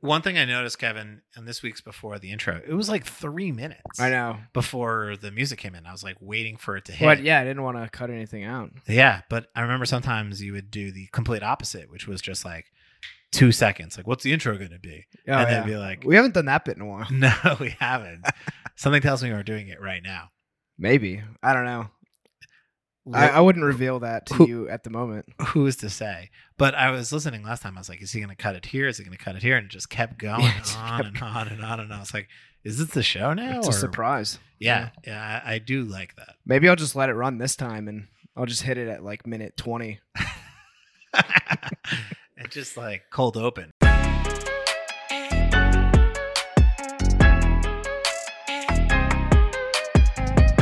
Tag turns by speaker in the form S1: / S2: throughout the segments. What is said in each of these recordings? S1: one thing I noticed, Kevin, on this week's before the intro, it was like three minutes
S2: I know.
S1: before the music came in. I was like waiting for it to hit.
S2: But yeah, I didn't want to cut anything out.
S1: Yeah, but I remember sometimes you would do the complete opposite, which was just like two seconds. Like, what's the intro going to be?
S2: Oh,
S1: and
S2: yeah.
S1: they'd be like,
S2: we haven't done that bit in a while.
S1: no, we haven't. Something tells me we're doing it right now.
S2: Maybe I don't know. I, I wouldn't reveal that to
S1: Who-
S2: you at the moment.
S1: Who is to say? But I was listening last time. I was like, is he going to cut it here? Is he going to cut it here? And it just kept going
S2: Yeah, it just
S1: on
S2: kept
S1: and on and on. And I was like, is this the show now?
S2: It's
S1: or-
S2: a surprise.
S1: Yeah, yeah, I, I do like that.
S2: Maybe I'll just let it run this time, and I'll just hit it at like minute twenty.
S1: it's just like cold open.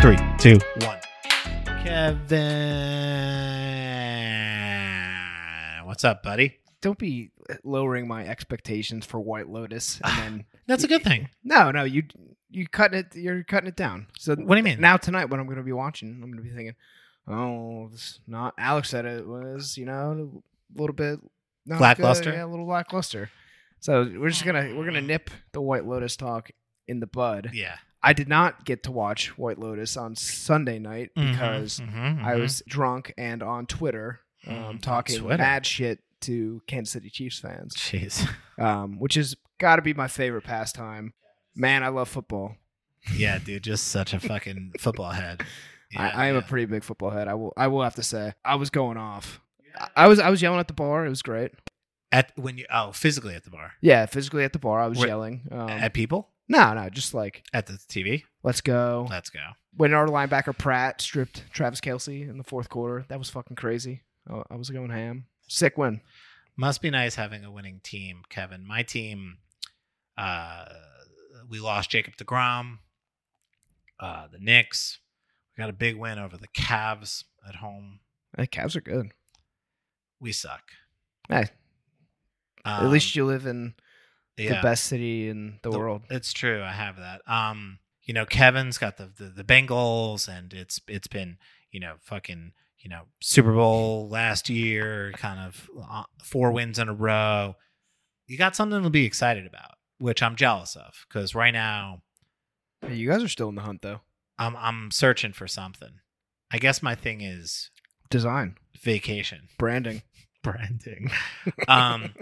S1: Three, two, one. Kevin, what's up, buddy?
S2: Don't be uh, lowering my expectations for White Lotus, and then
S1: That's a good thing.
S2: no, no, you you cutting it. You're cutting it down. So
S1: What do you mean?
S2: now tonight, what I'm going to be watching, I'm going to be thinking, oh, it's not. Alex said it was, you know, a little bit not good,
S1: Lackluster?
S2: yeah, a little lackluster. So we're just gonna we're gonna nip the White Lotus talk in the bud.
S1: yeah,
S2: I did not get to watch White Lotus on Sunday night because
S1: Mhm, mhm,
S2: I
S1: mhm.
S2: was drunk and on Twitter um,
S1: Mm, on
S2: talking
S1: Twitter.
S2: mad shit to Kansas City Chiefs fans,
S1: Jeez.
S2: um, which has got to be my favorite pastime. Man, I love football.
S1: Yeah, dude, just such a fucking football head. Yeah,
S2: I, I am
S1: yeah.
S2: a pretty big football head. I will. I will have to say, I was going off. I I was. I was yelling at the bar. It was great.
S1: at when you oh physically at the bar
S2: Yeah, physically at the bar, I was
S1: Were-
S2: yelling. Um,
S1: at people
S2: no, no, just like
S1: at the TV.
S2: let's go.
S1: Let's go.
S2: When our linebacker Pratt stripped Travis Kelsey in the fourth quarter, that was fucking crazy. I, I was going ham. Sick win.
S1: Must be nice having a winning team, Kevin. My team, uh, we lost Jacob DeGrom, uh, the Knicks. We got a big win over the Cavs at home.
S2: The Cavs are good.
S1: We suck.
S2: Hey.
S1: Um,
S2: at least you live in
S1: yeah,
S2: the best city in the,
S1: the-
S2: world.
S1: It's true. I have that. Um, you know, Kevin's got the, the the Bengals, and it's it's been you know fucking you know Super Bowl last year, kind of uh, four wins in a row. You got something to be excited about, which I'm jealous of because right now
S2: Hey, you guys are still in the hunt though.
S1: I'm I'm searching for something. I guess my thing is
S2: Design,
S1: vacation
S2: branding.
S1: branding. um,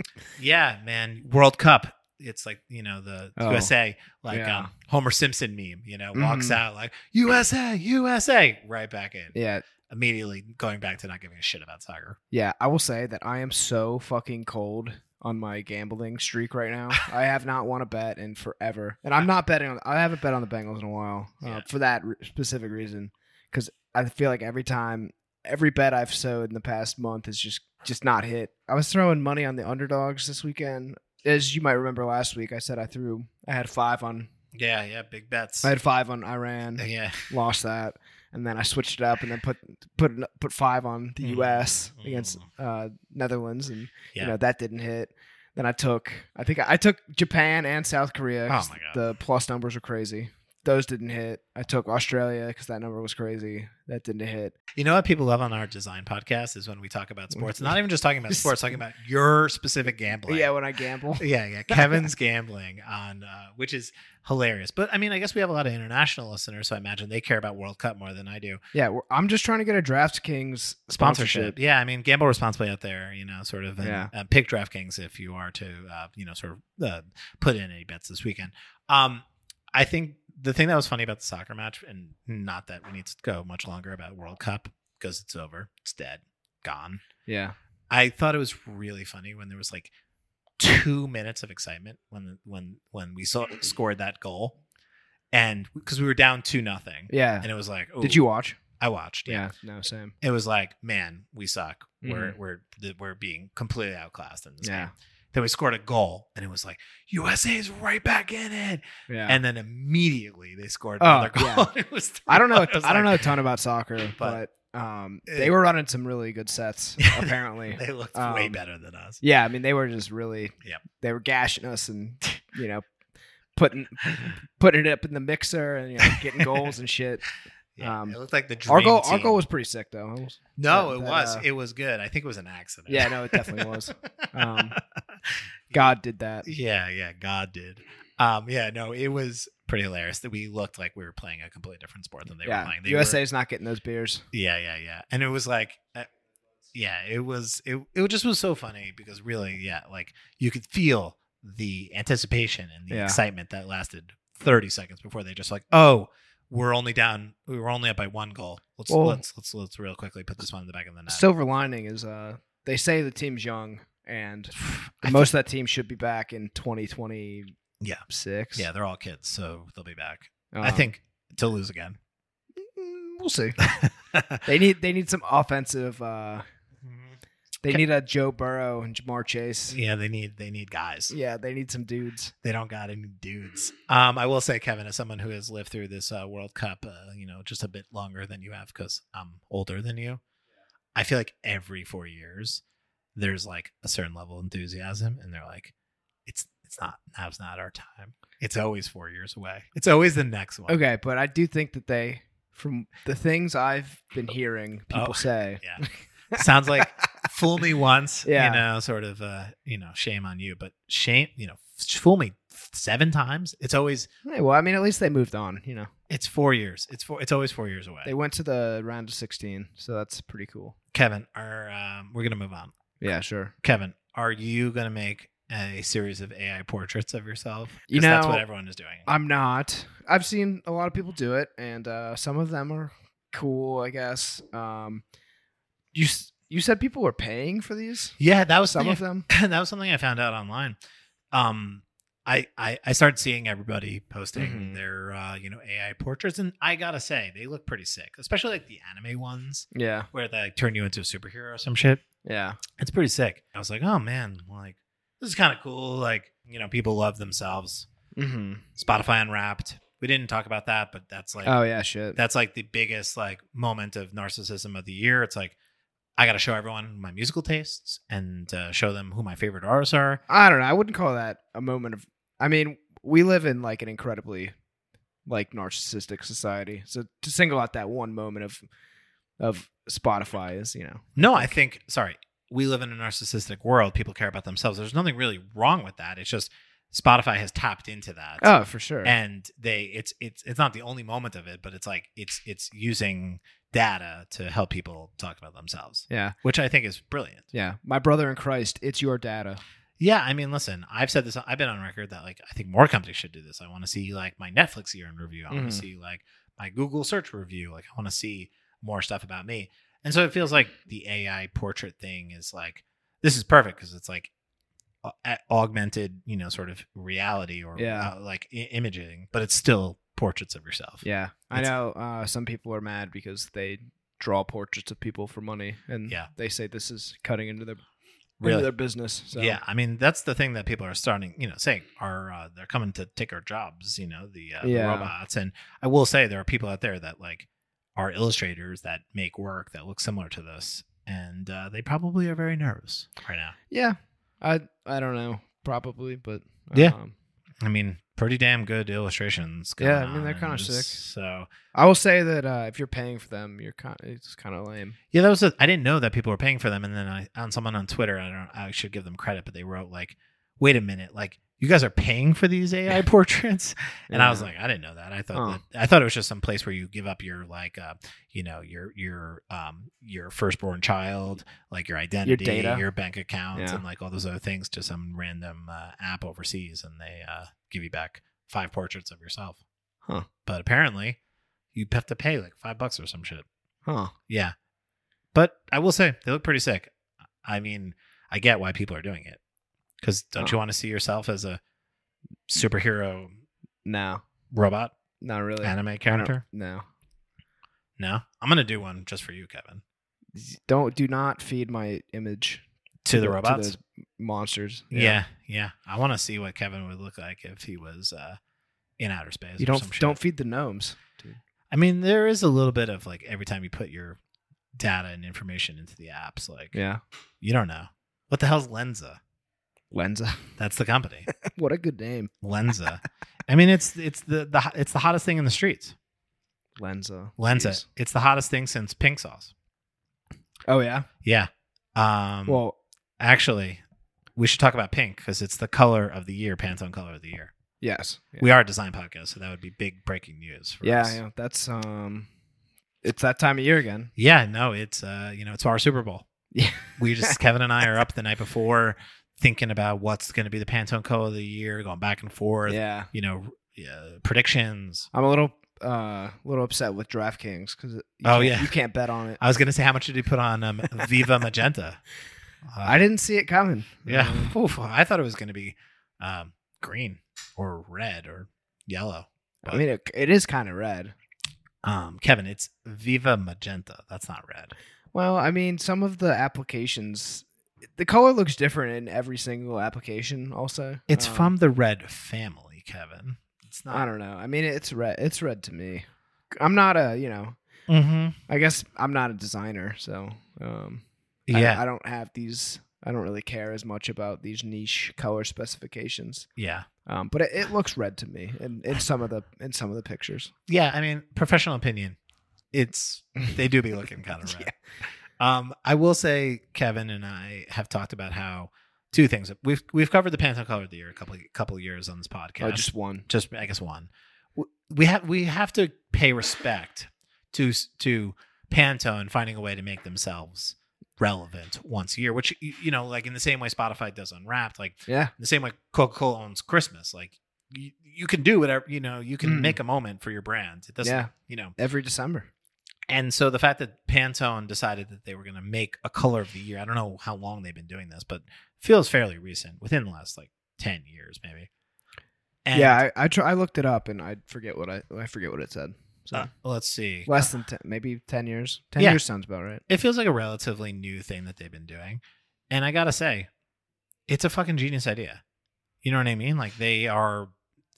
S1: yeah, man, World Cup. It's like you know the
S2: Oh,
S1: USA, like
S2: yeah.
S1: um, Homer Simpson meme. You know, walks
S2: Mhm.
S1: out like USA, USA, right back in
S2: Yeah,
S1: immediately, going back to not giving a shit about soccer.
S2: yeah. I will say that I am so fucking cold on my gambling streak right now. I have not won a bet in forever, and I'm not betting on. I haven't bet on the Bengals in a while uh,
S1: Yeah.
S2: for that re- specific reason because I feel like every time, every bet I've sowed in the past month is just just not hit. I was throwing money on the underdogs this weekend. As you might remember last week, I said I threw. I had five on.
S1: Yeah, yeah, big bets.
S2: I had five on Iran.
S1: yeah,
S2: lost that, and then I switched it up and then put put put five on the
S1: Mm.
S2: U.S.
S1: Mm.
S2: against uh, Netherlands, and
S1: yeah.
S2: you know that didn't hit. Then I took I think I, I took Japan and South Korea. 'cause
S1: Oh my God.
S2: The plus numbers were crazy. Those didn't hit. I took Australia because that number was crazy. That didn't hit.
S1: you know what people love on our design podcast is when we talk about sports. Not even just talking about sports, talking about your specific gambling.
S2: Yeah, when I gamble.
S1: Yeah, yeah. Kevin's gambling on, uh, which is hilarious. But I mean, I guess we have a lot of international listeners, so I imagine they care about World Cup more than I do.
S2: Yeah, we're- I'm just trying to get a DraftKings
S1: Sponsorship.
S2: sponsorship.
S1: Yeah, I mean, gamble responsibly out there, you know, sort of. And,
S2: Yeah.
S1: uh, pick DraftKings if you are to, uh, you know, sort of uh, put in any bets this weekend. Um, I think the thing that was funny about the soccer match, and not that we need to go much longer about World Cup because it's over, it's dead, gone.
S2: Yeah,
S1: I thought it was really funny when there was like two minutes of excitement when when when we saw scored that goal, and because we were down two nothing,
S2: yeah.
S1: and it was like,
S2: Did
S1: ooh,
S2: you watch?
S1: I watched. Yeah.
S2: Yeah. No, same.
S1: it was like, man, we suck. We're we're th- we're being completely outclassed in this
S2: Mm-hmm. Yeah.
S1: game. Then we scored a goal, and it was like USA is right back in it,
S2: Yeah.
S1: and then immediately they scored
S2: Oh,
S1: another goal.
S2: yeah.
S1: it was
S2: I don't know.
S1: it was
S2: I don't know a
S1: like-
S2: ton about soccer,
S1: But-
S2: but, um,
S1: Eh.
S2: they were running some really good sets. Apparently,
S1: They looked way
S2: Um,
S1: better than us.
S2: yeah. I mean, they were just really.
S1: Yep.
S2: They were gashing us and you know, putting putting it up in the mixer and you know, getting goals and shit.
S1: Yeah,
S2: um,
S1: it looked like the dream
S2: Our goal, our
S1: team.
S2: goal was pretty sick though. I was-
S1: No,
S2: that-
S1: it
S2: that,
S1: was.
S2: uh,
S1: it was good. I think it was an accident.
S2: Yeah, no, it definitely was. Um, God did that.
S1: Yeah, yeah, God did. Um, yeah, no, it was pretty hilarious that we looked like we were playing a completely different sport than they were
S2: yeah,
S1: playing. They
S2: USA's not getting those beers.
S1: were- yeah, yeah, yeah, and it was like, uh, yeah, it was it it just was so funny because really, yeah, like you could feel the anticipation and the
S2: Yeah.
S1: excitement that lasted thirty seconds before they just like, oh, we're only down, we were only up by one goal. Let's
S2: Well-
S1: let's let's let's real quickly put this one in the back of the net.
S2: Silver lining is uh, they say the team's young and
S1: I
S2: most of that team should be back in 2026.
S1: Yeah. Yeah, they're all kids, so they'll be back. I
S2: Um,
S1: think to lose again.
S2: mm, we'll see. They need they need some offensive. Uh, they
S1: Okay.
S2: need a Joe Burrow and Jamar Chase.
S1: yeah, they need they need guys.
S2: Yeah, they need some dudes.
S1: They don't got any dudes. Um, I will say, Kevin, as someone who has lived through this uh, World Cup, uh, you know, just a bit longer than you have because I'm older than you. I feel like every four years, there's like a certain level of enthusiasm, and they're like, "It's it's not now's not our time. It's always four years away. It's always the next one."
S2: Okay, but I do think that they, from the things I've been hearing people
S1: Oh.
S2: say,
S1: Yeah. Sounds like fool me once,
S2: Yeah.
S1: you know, sort of, uh, you know, shame on you, but shame, you know, f- fool me seven times. It's always,
S2: Hey, well, I mean, at least they moved on. You know,
S1: it's four years. It's four, it's always four years away.
S2: they went to the round of 16, so that's pretty cool.
S1: Kevin, are, um, we're going to move on.
S2: Yeah, sure.
S1: Kevin, are you going to make a series of AI portraits of yourself? 'Cause
S2: You
S1: that's
S2: know,
S1: what everyone is doing.
S2: I'm not. I've seen a lot of people do it, and uh, some of them are cool, I guess. Um, you s- you said people were paying for these.
S1: yeah, that was
S2: Some
S1: something.
S2: of them.
S1: that was something I found out online. Um, I I, I started seeing everybody posting
S2: Mhm.
S1: their uh, you know AI portraits, and I gotta say they look pretty sick, especially like the anime ones
S2: Yeah,
S1: where they like, turn you into a superhero or some shit.
S2: yeah,
S1: It's pretty sick. I was like, oh man, like this is kind of cool. Like you know, people love themselves.
S2: mm-hmm.
S1: Spotify Unwrapped. We didn't talk about that, but that's like
S2: Oh yeah, shit.
S1: that's like the biggest like moment of narcissism of the year. It's like I got to show everyone my musical tastes and uh, show them who my favorite artists are.
S2: I don't know. I wouldn't call that a moment of. I mean, we live in like an incredibly like narcissistic society. So to single out that one moment of of Spotify is, you know,
S1: No, I think sorry, we live in a narcissistic world. People care about themselves. There's nothing really wrong with that. It's just Spotify has tapped into that.
S2: oh for sure.
S1: And they it's it's it's not the only moment of it, but it's like it's it's using data to help people talk about themselves,
S2: yeah,
S1: which I think is brilliant.
S2: yeah. My brother in Christ, it's your data.
S1: Yeah, I mean, listen, I've said this. I've been on record that like I think more companies should do this. I want to see like my Netflix year in review. I want
S2: Mhm.
S1: to see like my Google search review. Like I want to see more stuff about me. And so it feels like the AI portrait thing is like this is perfect because it's like au- a- augmented, you know, sort of reality or
S2: Yeah.
S1: uh, like I- imaging, but it's still portraits of yourself.
S2: Yeah, I
S1: It's-
S2: know. Uh, some people are mad because they draw portraits of people for money, and
S1: Yeah.
S2: they say this is cutting into their into
S1: really.
S2: their business. So.
S1: Yeah, I mean that's the thing that people are starting, you know, saying are uh, they're coming to take our jobs, you know, the, uh, the
S2: Yeah.
S1: robots. And I will say there are people out there that like are illustrators that make work that looks similar to this, and uh, they probably are very nervous right now.
S2: yeah. I I don't know, probably, but
S1: Yeah.
S2: um,
S1: I mean, pretty damn good illustrations.
S2: Yeah,
S1: going
S2: I mean, they're
S1: on
S2: kinda
S1: in this,
S2: sick.
S1: So
S2: I will say that uh, if you're paying for them, you're kind. It's kind of lame.
S1: yeah, that was I I didn't know that people were paying for them, and then I on someone on Twitter, I don't, I should give them credit, but they wrote like, "Wait a minute, like." You guys are paying for these AI portraits? And I was
S2: Yeah.
S1: like, I didn't know that. I thought
S2: Huh.
S1: that, I thought it was just some place where you give up your like, uh, you know, your your um your firstborn child, like your identity,
S2: data.
S1: bank account,
S2: Yeah.
S1: and like all those other things to some random uh, app overseas, and they uh, give you back five portraits of yourself.
S2: Huh.
S1: But apparently, you have to pay like five bucks or some shit.
S2: huh?
S1: Yeah. But I will say they look pretty sick. I mean, I get why people are doing it because don't you want to see yourself as a superhero
S2: No,
S1: robot?
S2: not really.
S1: anime
S2: I don't-
S1: character?
S2: No.
S1: No. I'm gonna do one just for you, Kevin.
S2: Don't do not feed my image
S1: To the robots.
S2: those monsters.
S1: yeah. yeah, I want to see what Kevin would look like if he was uh, in outer space. or
S2: You don't
S1: some shit.
S2: don't feed the gnomes.
S1: I mean, there is a little bit of like every time you put your data and information into the apps, like
S2: Yeah.
S1: you don't know what the hell's Lenza.
S2: Lenza.
S1: That's the company,
S2: what a good name.
S1: Lenza. I mean, it's it's the, the ho- it's the hottest thing in the streets.
S2: Lenza.
S1: Lenza.
S2: Jeez.
S1: It's the hottest thing since pink sauce.
S2: Oh yeah.
S1: Yeah. Um,
S2: Well,
S1: actually, we should talk about pink because it's the color of the year, Pantone color of the year.
S2: Yes. Yeah.
S1: We are a design podcast, so that would be big breaking news for
S2: yeah,
S1: us.
S2: yeah. That's um it's that time of year again.
S1: Yeah, no, it's uh, you know, it's our Super Bowl.
S2: Yeah.
S1: We just Kevin and I are up the night before thinking about what's going to be the Pantone color of the year, going back and forth.
S2: Yeah.
S1: You know, yeah, predictions.
S2: I'm a little uh little upset with DraftKings cuz
S1: Oh, yeah.
S2: you can't bet on it.
S1: I was going to say, how much did you put on um, Viva Magenta? Uh,
S2: I didn't see it coming.
S1: Yeah,
S2: Um,
S1: Oof, I thought it was going to be um, green or red or yellow.
S2: I mean it, it is kind of red.
S1: Um, Kevin, it's Viva Magenta. That's not red.
S2: Well, I mean some of the applications the color looks different in every single application also.
S1: It's
S2: Um,
S1: from the red family, Kevin. It's
S2: I
S1: not.
S2: don't know. I mean it's red it's red to me. I'm not a, you know,
S1: Mm-hmm.
S2: I guess I'm not a designer, so um I-
S1: Yeah,
S2: I, don't have these. I don't really care as much about these niche color specifications.
S1: yeah,
S2: Um, but it, it looks red to me in, in some of the in some of the pictures.
S1: yeah. I mean, professional opinion. It's they do be looking kind of red. Um, I will say, Kevin and I have talked about how two things. We've we've covered the Pantone color of the year a couple couple years on this podcast.
S2: Oh, just one.
S1: just I guess one. W- We have we have to pay respect to s- to Pantone finding a way to make themselves relevant once a year, which y- you know, like in the same way Spotify does Unwrapped, like
S2: Yeah.
S1: the same way Coca Cola owns Christmas, like. You, you can do whatever you know. You can
S2: Mm.
S1: make a moment for your brand. It doesn't,
S2: Yeah.
S1: you know.
S2: Every December.
S1: And so the fact that Pantone decided that they were going to make a color of the year, I don't know how long they've been doing this, but feels fairly recent, within the last like ten years, maybe. And,
S2: yeah, I I, try, I looked it up and I forget what I I forget what it said. So
S1: uh, let's see.
S2: less than ten, maybe ten years. Ten
S1: Yeah.
S2: years sounds about right.
S1: it feels like a relatively new thing that they've been doing. And I gotta say, it's a fucking genius idea. You know what I mean? Like they are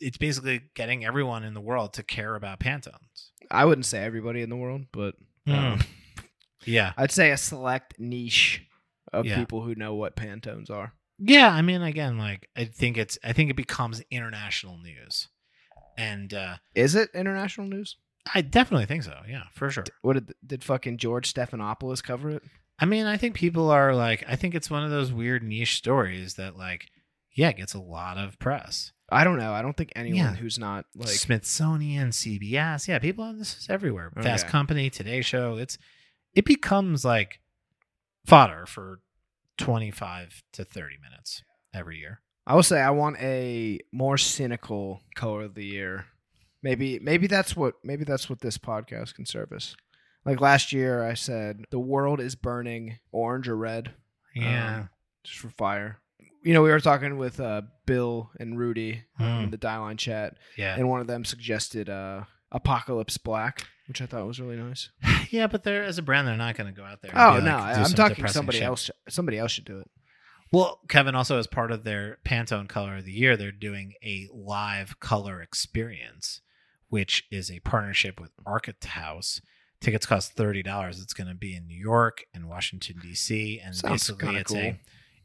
S1: it's basically getting everyone in the world to care about Pantones.
S2: I wouldn't say everybody in the world, but um,
S1: Yeah.
S2: I'd say a select niche of
S1: Yeah.
S2: people who know what Pantones are.
S1: Yeah, I mean again, like I think it's I think it becomes international news. And uh
S2: Is it international news?
S1: I definitely think so, yeah, for sure.
S2: What did did fucking George Stephanopoulos cover it?
S1: I mean, I think people are like I think it's one of those weird niche stories that like yeah, gets a lot of press.
S2: I don't know. I don't think anyone
S1: Yeah.
S2: who's not like
S1: Smithsonian, CBS, yeah, people. This is everywhere. Fast
S2: Okay.
S1: Company, Today Show. It's it becomes like fodder for twenty five to thirty minutes every year.
S2: I will say I want a more cynical color of the year. Maybe maybe that's what maybe that's what this podcast can service. Like last year I said the world is burning orange or red
S1: Yeah,
S2: Um, just for fire. You know, we were talking with uh, Bill and Rudy
S1: Hmm.
S2: in the Dieline chat,
S1: yeah,
S2: and one of them suggested uh, Apocalypse Black, which I thought was really nice.
S1: yeah. But they're as a brand, they're not going to go out there. and
S2: Oh
S1: be like, do
S2: no, I, I'm
S1: some
S2: talking
S1: depressing
S2: somebody
S1: shit.
S2: else. Somebody else should do it.
S1: Well, Kevin, also as part of their Pantone Color of the Year, they're doing a live color experience, which is a partnership with Architect House. Tickets cost thirty dollars. It's going to be in New York and Washington D.C. And
S2: Sounds
S1: basically,
S2: kinda
S1: it's
S2: cool.
S1: a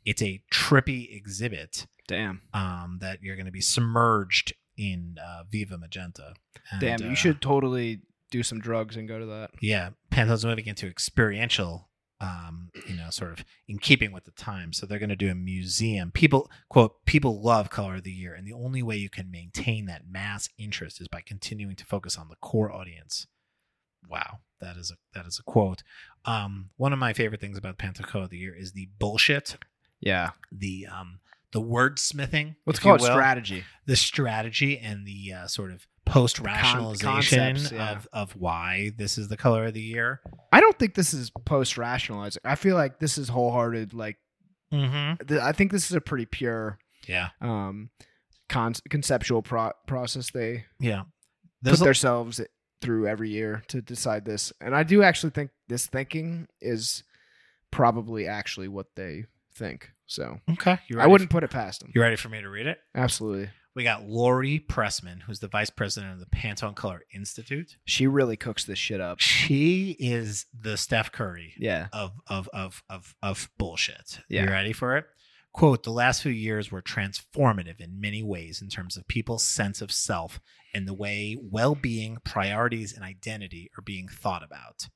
S1: it's a trippy exhibit
S2: Damn.
S1: um, that you're going to be submerged in uh, Viva Magenta. And,
S2: Damn,
S1: uh,
S2: you should totally do some drugs and go to that.
S1: yeah, Pantone's moving into experiential, um, you know, sort of in keeping with the time. So they're going to do a museum. People quote people love color of the year, and the only way you can maintain that mass interest is by continuing to focus on the core audience. Wow, that is a that is a quote. Um, one of my favorite things about Pantone Color of the Year is the bullshit,
S2: Yeah.
S1: the um, the wordsmithing.
S2: Let's
S1: if you
S2: call it
S1: will
S2: strategy.
S1: the strategy and the uh, sort of post rationalization
S2: concepts, yeah.
S1: of, of why this is the color of the year.
S2: I don't think this is post rationalizing. I feel like this is wholehearted. Like,
S1: Mm-hmm.
S2: th- I think this is a pretty pure
S1: Yeah.
S2: um, con- conceptual pro- process they
S1: Yeah. There's
S2: put
S1: a-
S2: themselves through every year to decide this. And I do actually think this thinking is probably actually what they think. So
S1: okay. You
S2: I
S1: ready
S2: wouldn't put it past them.
S1: you ready for me to read it?
S2: Absolutely.
S1: We got Lori Pressman, who's the vice president of the Pantone Color Institute.
S2: She really cooks this shit up.
S1: She is the Steph Curry
S2: Yeah.
S1: of of of of of bullshit.
S2: Yeah.
S1: You ready for it? Quote, the last few years were transformative in many ways in terms of people's sense of self and the way well being, priorities, and identity are being thought about.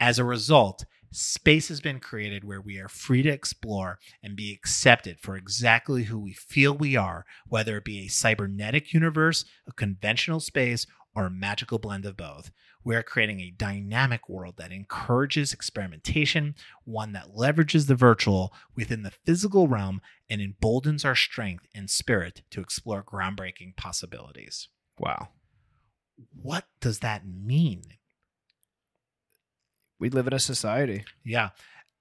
S1: As a result, Space has been created where we are free to explore and be accepted for exactly who we feel we are, whether it be a cybernetic universe, a conventional space, or a magical blend of both. We are creating a dynamic world that encourages experimentation, one that leverages the virtual within the physical realm and emboldens our strength and spirit to explore groundbreaking possibilities.
S2: Wow.
S1: What does that mean?
S2: We live in a society.
S1: Yeah.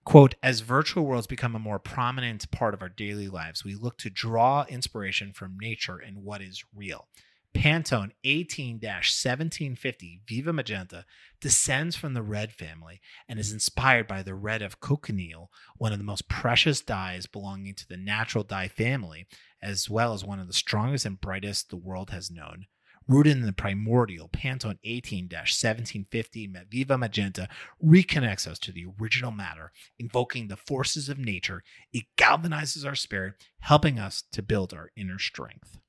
S1: Quote, as virtual worlds become a more prominent part of our daily lives, we look to draw inspiration from nature and what is real. Pantone 18 1750 Viva Magenta descends from the red family and is inspired by the red of cochineal, one of the most precious dyes belonging to the natural dye family, as well as one of the strongest and brightest the world has known. Rooted in the primordial, Pantone 18 1750 Viva Magenta reconnects us to the original matter, invoking the forces of nature. It galvanizes our spirit, helping us to build our inner strength.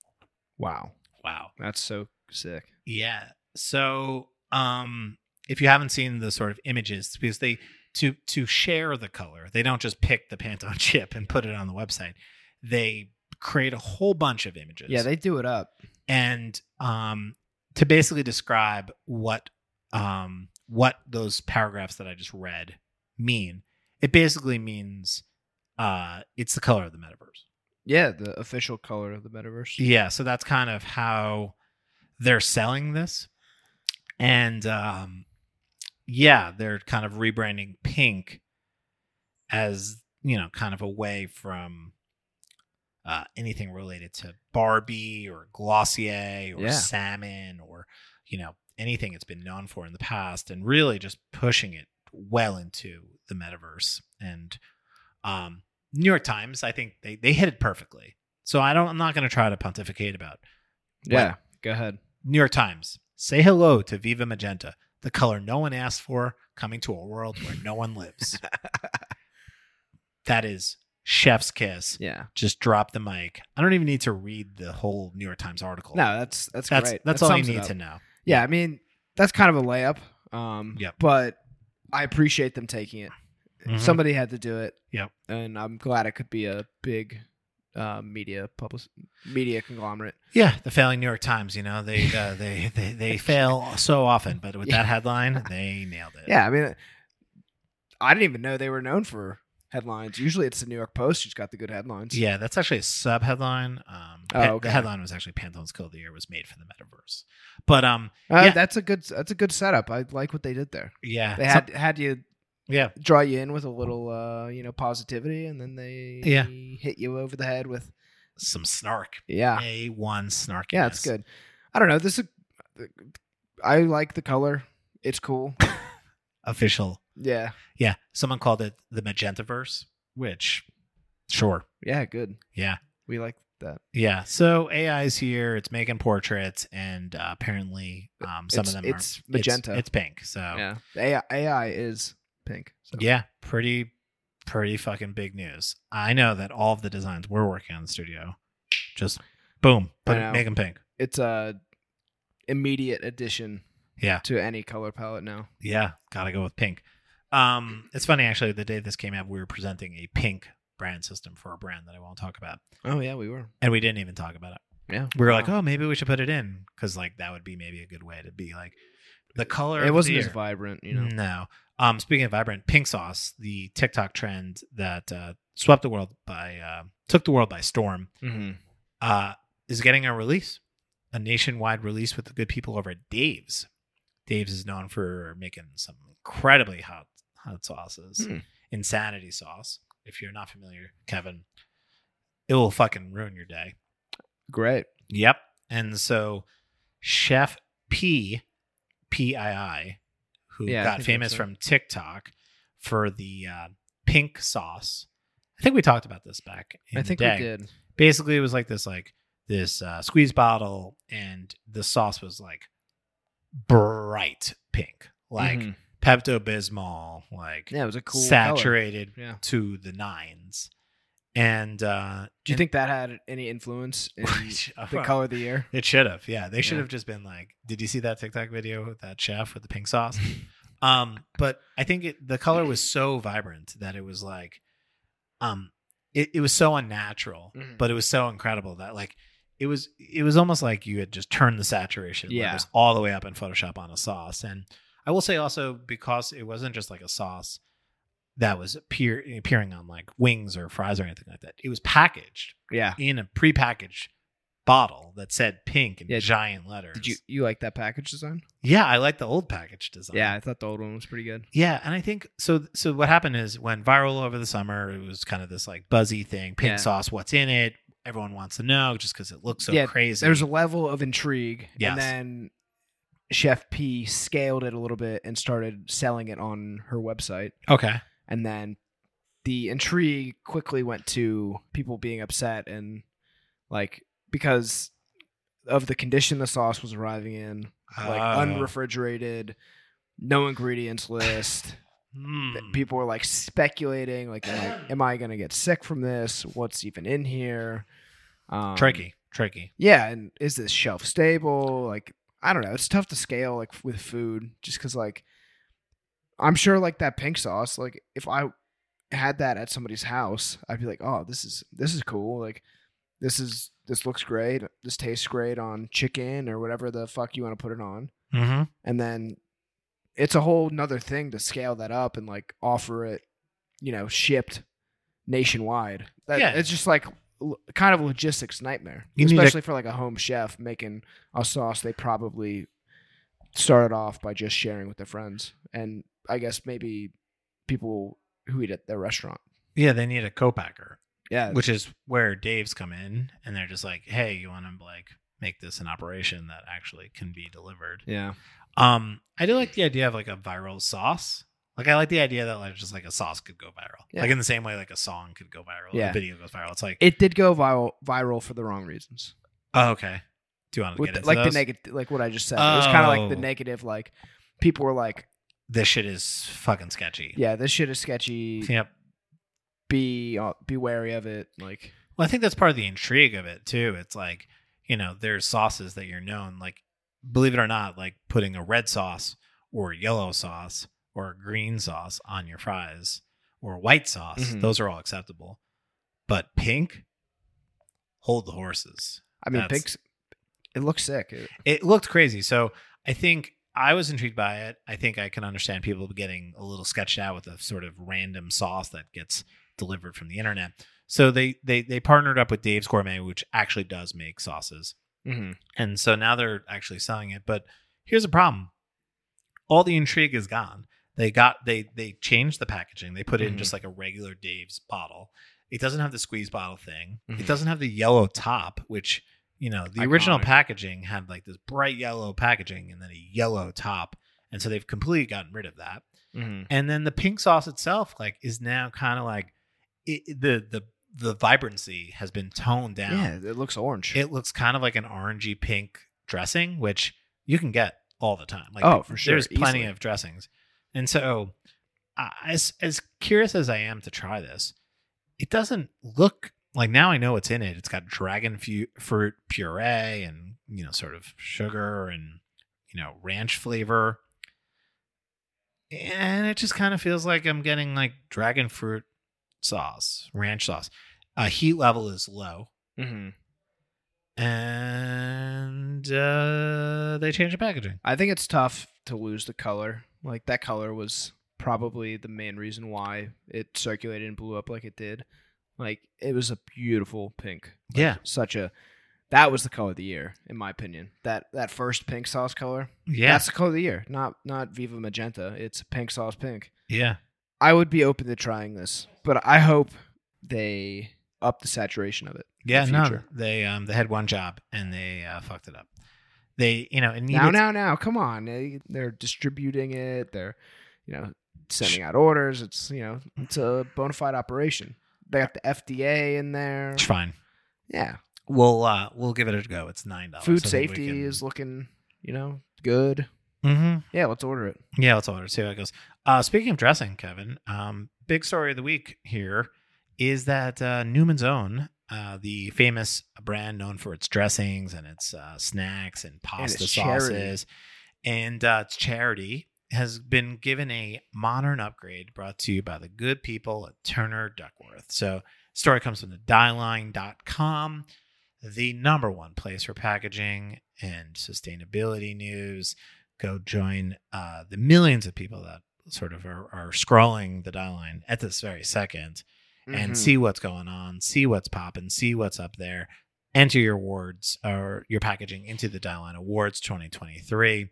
S2: Wow.
S1: Wow.
S2: That's so sick.
S1: Yeah. So, um, if you haven't seen the sort of images, because they to to share the color, they don't just pick the Pantone chip and put it on the website. They create a whole bunch of images.
S2: Yeah, they do it up.
S1: and um, to basically describe what um what those paragraphs that I just read mean. It basically means uh, it's the color of the metaverse.
S2: Yeah, the official color of the metaverse.
S1: Yeah, so that's kind of how they're selling this. And um yeah, they're kind of rebranding pink as, you know, kind of away from uh anything related to Barbie or Glossier or
S2: Yeah.
S1: salmon or, you know, anything it's been known for in the past and really just pushing it well into the metaverse and um New York Times, I think they, they hit it perfectly. So I don't I'm not gonna try to pontificate about
S2: Yeah. Go ahead.
S1: New York Times. Say hello to Viva Magenta, the color no one asked for, coming to a world where no one lives. that is chef's kiss.
S2: Yeah.
S1: Just drop the mic. I don't even need to read the whole New York Times article.
S2: No, that's that's
S1: that's
S2: great.
S1: that's
S2: That
S1: all you
S2: sums it
S1: need
S2: up.
S1: to know.
S2: Yeah, I mean that's kind of a layup. Um,
S1: Yep.
S2: But I appreciate them taking it.
S1: Mhm.
S2: Somebody had to do it.
S1: Yep.
S2: And I'm glad it could be a big uh, media public media conglomerate.
S1: Mm-hmm. Yeah, the failing New York Times. You know they uh, they, they they fail so often, but with
S2: Yeah.
S1: that headline, they nailed it.
S2: Yeah, I mean, I didn't even know they were known for headlines. Usually, it's the New York Post who's got the good headlines.
S1: Yeah, that's actually a sub headline. Um,
S2: Oh,
S1: pa-
S2: okay.
S1: The headline was actually Pantone's Kill of the Year was made for the metaverse. But um,
S2: Uh,
S1: Yeah.
S2: that's a good that's a good setup. I like what they did there.
S1: yeah,
S2: They
S1: some-
S2: had had you
S1: yeah,
S2: draw you in with a little uh, you know positivity, and then they
S1: Yeah.
S2: hit you over the head with
S1: some snark.
S2: yeah
S1: A one snark.
S2: Ah. yeah it's good. I don't know. This is I like the color. It's cool.
S1: Official.
S2: Yeah
S1: Yeah, someone called it the magentaverse, which sure.
S2: yeah good.
S1: Yeah.
S2: We like that.
S1: Yeah, so AI's here. It's making portraits, and uh, apparently, um, some
S2: it's,
S1: of them are
S2: it's magenta.
S1: It's, it's pink. So yeah.
S2: yeah. AI, AI is pink. So.
S1: pretty, pretty fucking big news. I know that all of the designs we're working on in the studio, just boom,
S2: I
S1: put
S2: know.
S1: it, make them pink.
S2: It's a immediate addition
S1: Yeah,
S2: to any color palette now.
S1: yeah, gotta go with pink. Um, it's funny actually. The day this came out, we were presenting a pink brand system for a brand that I won't talk about.
S2: Oh yeah, we were.
S1: and we didn't even talk about it.
S2: Yeah,
S1: We were like, oh, maybe we should put it in because like that would be maybe a good way to be like the color.
S2: it
S1: of
S2: wasn't
S1: the
S2: as
S1: year.
S2: vibrant, you know.
S1: No. Um, speaking of vibrant, pink sauce, the TikTok trend that uh, swept the world by uh, took the world by storm,
S2: Mm-hmm.
S1: uh, is getting a release, a nationwide release with the good people over at Dave's. Dave's is known for making some incredibly hot hot sauces,
S2: Hmm.
S1: insanity sauce. If you're not familiar, Kevin, it will fucking ruin your day.
S2: Great.
S1: Yep. And so Chef P P I I, who
S2: Yeah, I
S1: got
S2: think
S1: famous
S2: that's right.
S1: from TikTok for the uh, pink sauce. I think we talked about this back. In
S2: I think
S1: the
S2: we
S1: day.
S2: did.
S1: Basically, it was like this, like this uh, squeeze bottle, and the sauce was like bright pink, like
S2: Mhm.
S1: Pepto Bismol, like
S2: yeah, it was a cool color.
S1: saturated
S2: Yeah.
S1: to the nines. And uh,
S2: Do you think that had any influence in the color of the year?
S1: It should have. Yeah. They should
S2: Yeah.
S1: have just been like, did you see that TikTok video with that chef with the pink sauce? Um, but I think it, the color was so vibrant that it was like, um, it, it was so unnatural,
S2: Mhm.
S1: but it was so incredible that like it was it was almost like you had just turned the saturation
S2: Yeah.
S1: levels all the way up in Photoshop on a sauce. And I will say also because it wasn't just like a sauce that was appear, appearing on like wings or fries or anything like that. It was packaged
S2: Yeah.
S1: in a prepackaged bottle that said pink in
S2: Yeah.
S1: giant letters.
S2: Did you you like that package design?
S1: Yeah, I like the old package design.
S2: Yeah, I thought the old one was pretty good.
S1: Yeah, and I think so. So what happened is when viral over the summer, it was kind of this like buzzy thing. Pink
S2: Yeah.
S1: sauce, what's in it? Everyone wants to know just because it looks so
S2: Yeah,
S1: crazy.
S2: There's a level of intrigue,
S1: Yes.
S2: and then Chef P scaled it a little bit and started selling it on her website,
S1: okay,
S2: and then the intrigue quickly went to people being upset and like because of the condition the sauce was arriving in, like
S1: Oh.
S2: unrefrigerated, no ingredients list.
S1: Hmm.
S2: that people were like speculating like am I, am I gonna get sick from this what's even in here um,
S1: tricky, tricky.
S2: yeah and is this shelf stable like i don't know it's tough to scale like f- with food just because like i'm sure like that pink sauce like if i had that at somebody's house i'd be like oh this is this is cool like this is this looks great this tastes great on chicken or whatever the fuck you want to put it on
S1: Mm-hmm.
S2: and then it's a whole nother thing to scale that up and like offer it you know shipped nationwide that,
S1: Yeah.
S2: it's just like l- kind of a logistics nightmare
S1: You need to-
S2: especially for like a home chef making a sauce they probably started off by just sharing with their friends and i guess maybe people who eat at their restaurant
S1: Yeah, they need a co-packer,
S2: yeah
S1: which is where Dave's come in, and they're just like, "Hey, you want to like make this an operation that actually can be delivered?"
S2: yeah
S1: Um, I do like the idea of like a viral sauce. Like I like the idea that like just like a sauce could go viral.
S2: Yeah.
S1: Like in the same way like a song could go viral,
S2: Yeah.
S1: a video goes viral. It's like
S2: it did go viral viral for the wrong reasons
S1: oh, okay. Do you want to
S2: with
S1: get
S2: the,
S1: into
S2: like
S1: those?
S2: the negative like what i just said it was kind of like the
S1: Oh.
S2: negative like people were like
S1: this shit is fucking sketchy.
S2: yeah, this shit is sketchy.
S1: Yep.
S2: Be uh, be wary of it. Like,
S1: Well, I think that's part of the intrigue of it too. It's like, you know, there's sauces that you're known, like, believe it or not, like putting a red sauce or a yellow sauce or a green sauce on your fries or a white sauce.
S2: Mhm.
S1: Those are all acceptable. But pink, hold the horses.
S2: I mean,
S1: That's-
S2: pigs. It looks sick. It-
S1: It looked crazy. So I think I was intrigued by it. I think I can understand people getting a little sketched out with a sort of random sauce that gets delivered from the internet. So they they they partnered up with Dave's Gourmet, which actually does make sauces. And so now they're actually selling it. But here's the problem. All the intrigue is gone. They got they they changed the packaging. They put it in
S2: Mhm.
S1: just like a regular Dave's bottle. It doesn't have the squeeze bottle thing.
S2: Mhm.
S1: It doesn't have the yellow top, which you know, the original
S2: Iconic.
S1: packaging had like this bright yellow packaging and then a yellow top. And so they've completely gotten rid of that. And then the pink sauce itself like is now kind of like it, it- the the the vibrancy has been toned down.
S2: Yeah, it looks orange.
S1: It looks kind of like an orangey pink dressing, which you can get all the time. Like,
S2: Oh, for sure,
S1: There's plenty
S2: easily.
S1: of dressings, and so I as as curious as I am to try this, it doesn't look like now I know what's in it. It's got dragon fu- fruit puree and you know sort of sugar and you know ranch flavor, and it just kind of feels like I'm getting like dragon fruit sauce, ranch sauce. Uh, heat level is low and uh, they changed the packaging.
S2: I think it's tough to lose the color. Like that color was probably the main reason why it circulated and blew up like it did. Like it was a beautiful pink. Like,
S1: Yeah.
S2: such a. That was the color of the year, in my opinion. That that first pink sauce color.
S1: Yeah,
S2: That's the color of the year. Not not Viva Magenta. It's pink sauce pink.
S1: yeah.
S2: I would be open to trying this, but I hope they up the saturation of it.
S1: Yeah,
S2: the
S1: no,
S2: future.
S1: they um they had one job and they uh, fucked it up. They you know it needed
S2: Now, now, now, come on! They, they're distributing it. They're, you know, sending out orders. It's you know, it's a bona fide operation. They got the FDA in there.
S1: it's fine.
S2: Yeah,
S1: We'll uh we'll give it a go. It's nine dollars.
S2: food safety is looking, you know, good.
S1: Mm-hmm.
S2: Yeah, let's order it.
S1: Yeah, let's order see how it goes. Uh, speaking of dressing, Kevin, um, big story of the week here is that uh, Newman's Own, uh, the famous brand known for its dressings and its uh, snacks and pasta
S2: it's charity.
S1: sauces, and uh, it's charity has been given a modern upgrade brought to you by the good people at Turner Duckworth. So, story comes from the dieline.com, the number one place for packaging and sustainability news. Go join uh, the millions of people that sort of are, are scrolling the dieline at this very 2nd
S2: Mhm.
S1: and see what's going on, see what's popping, see what's up there. Enter your awards or your packaging into the Dieline Awards 2023.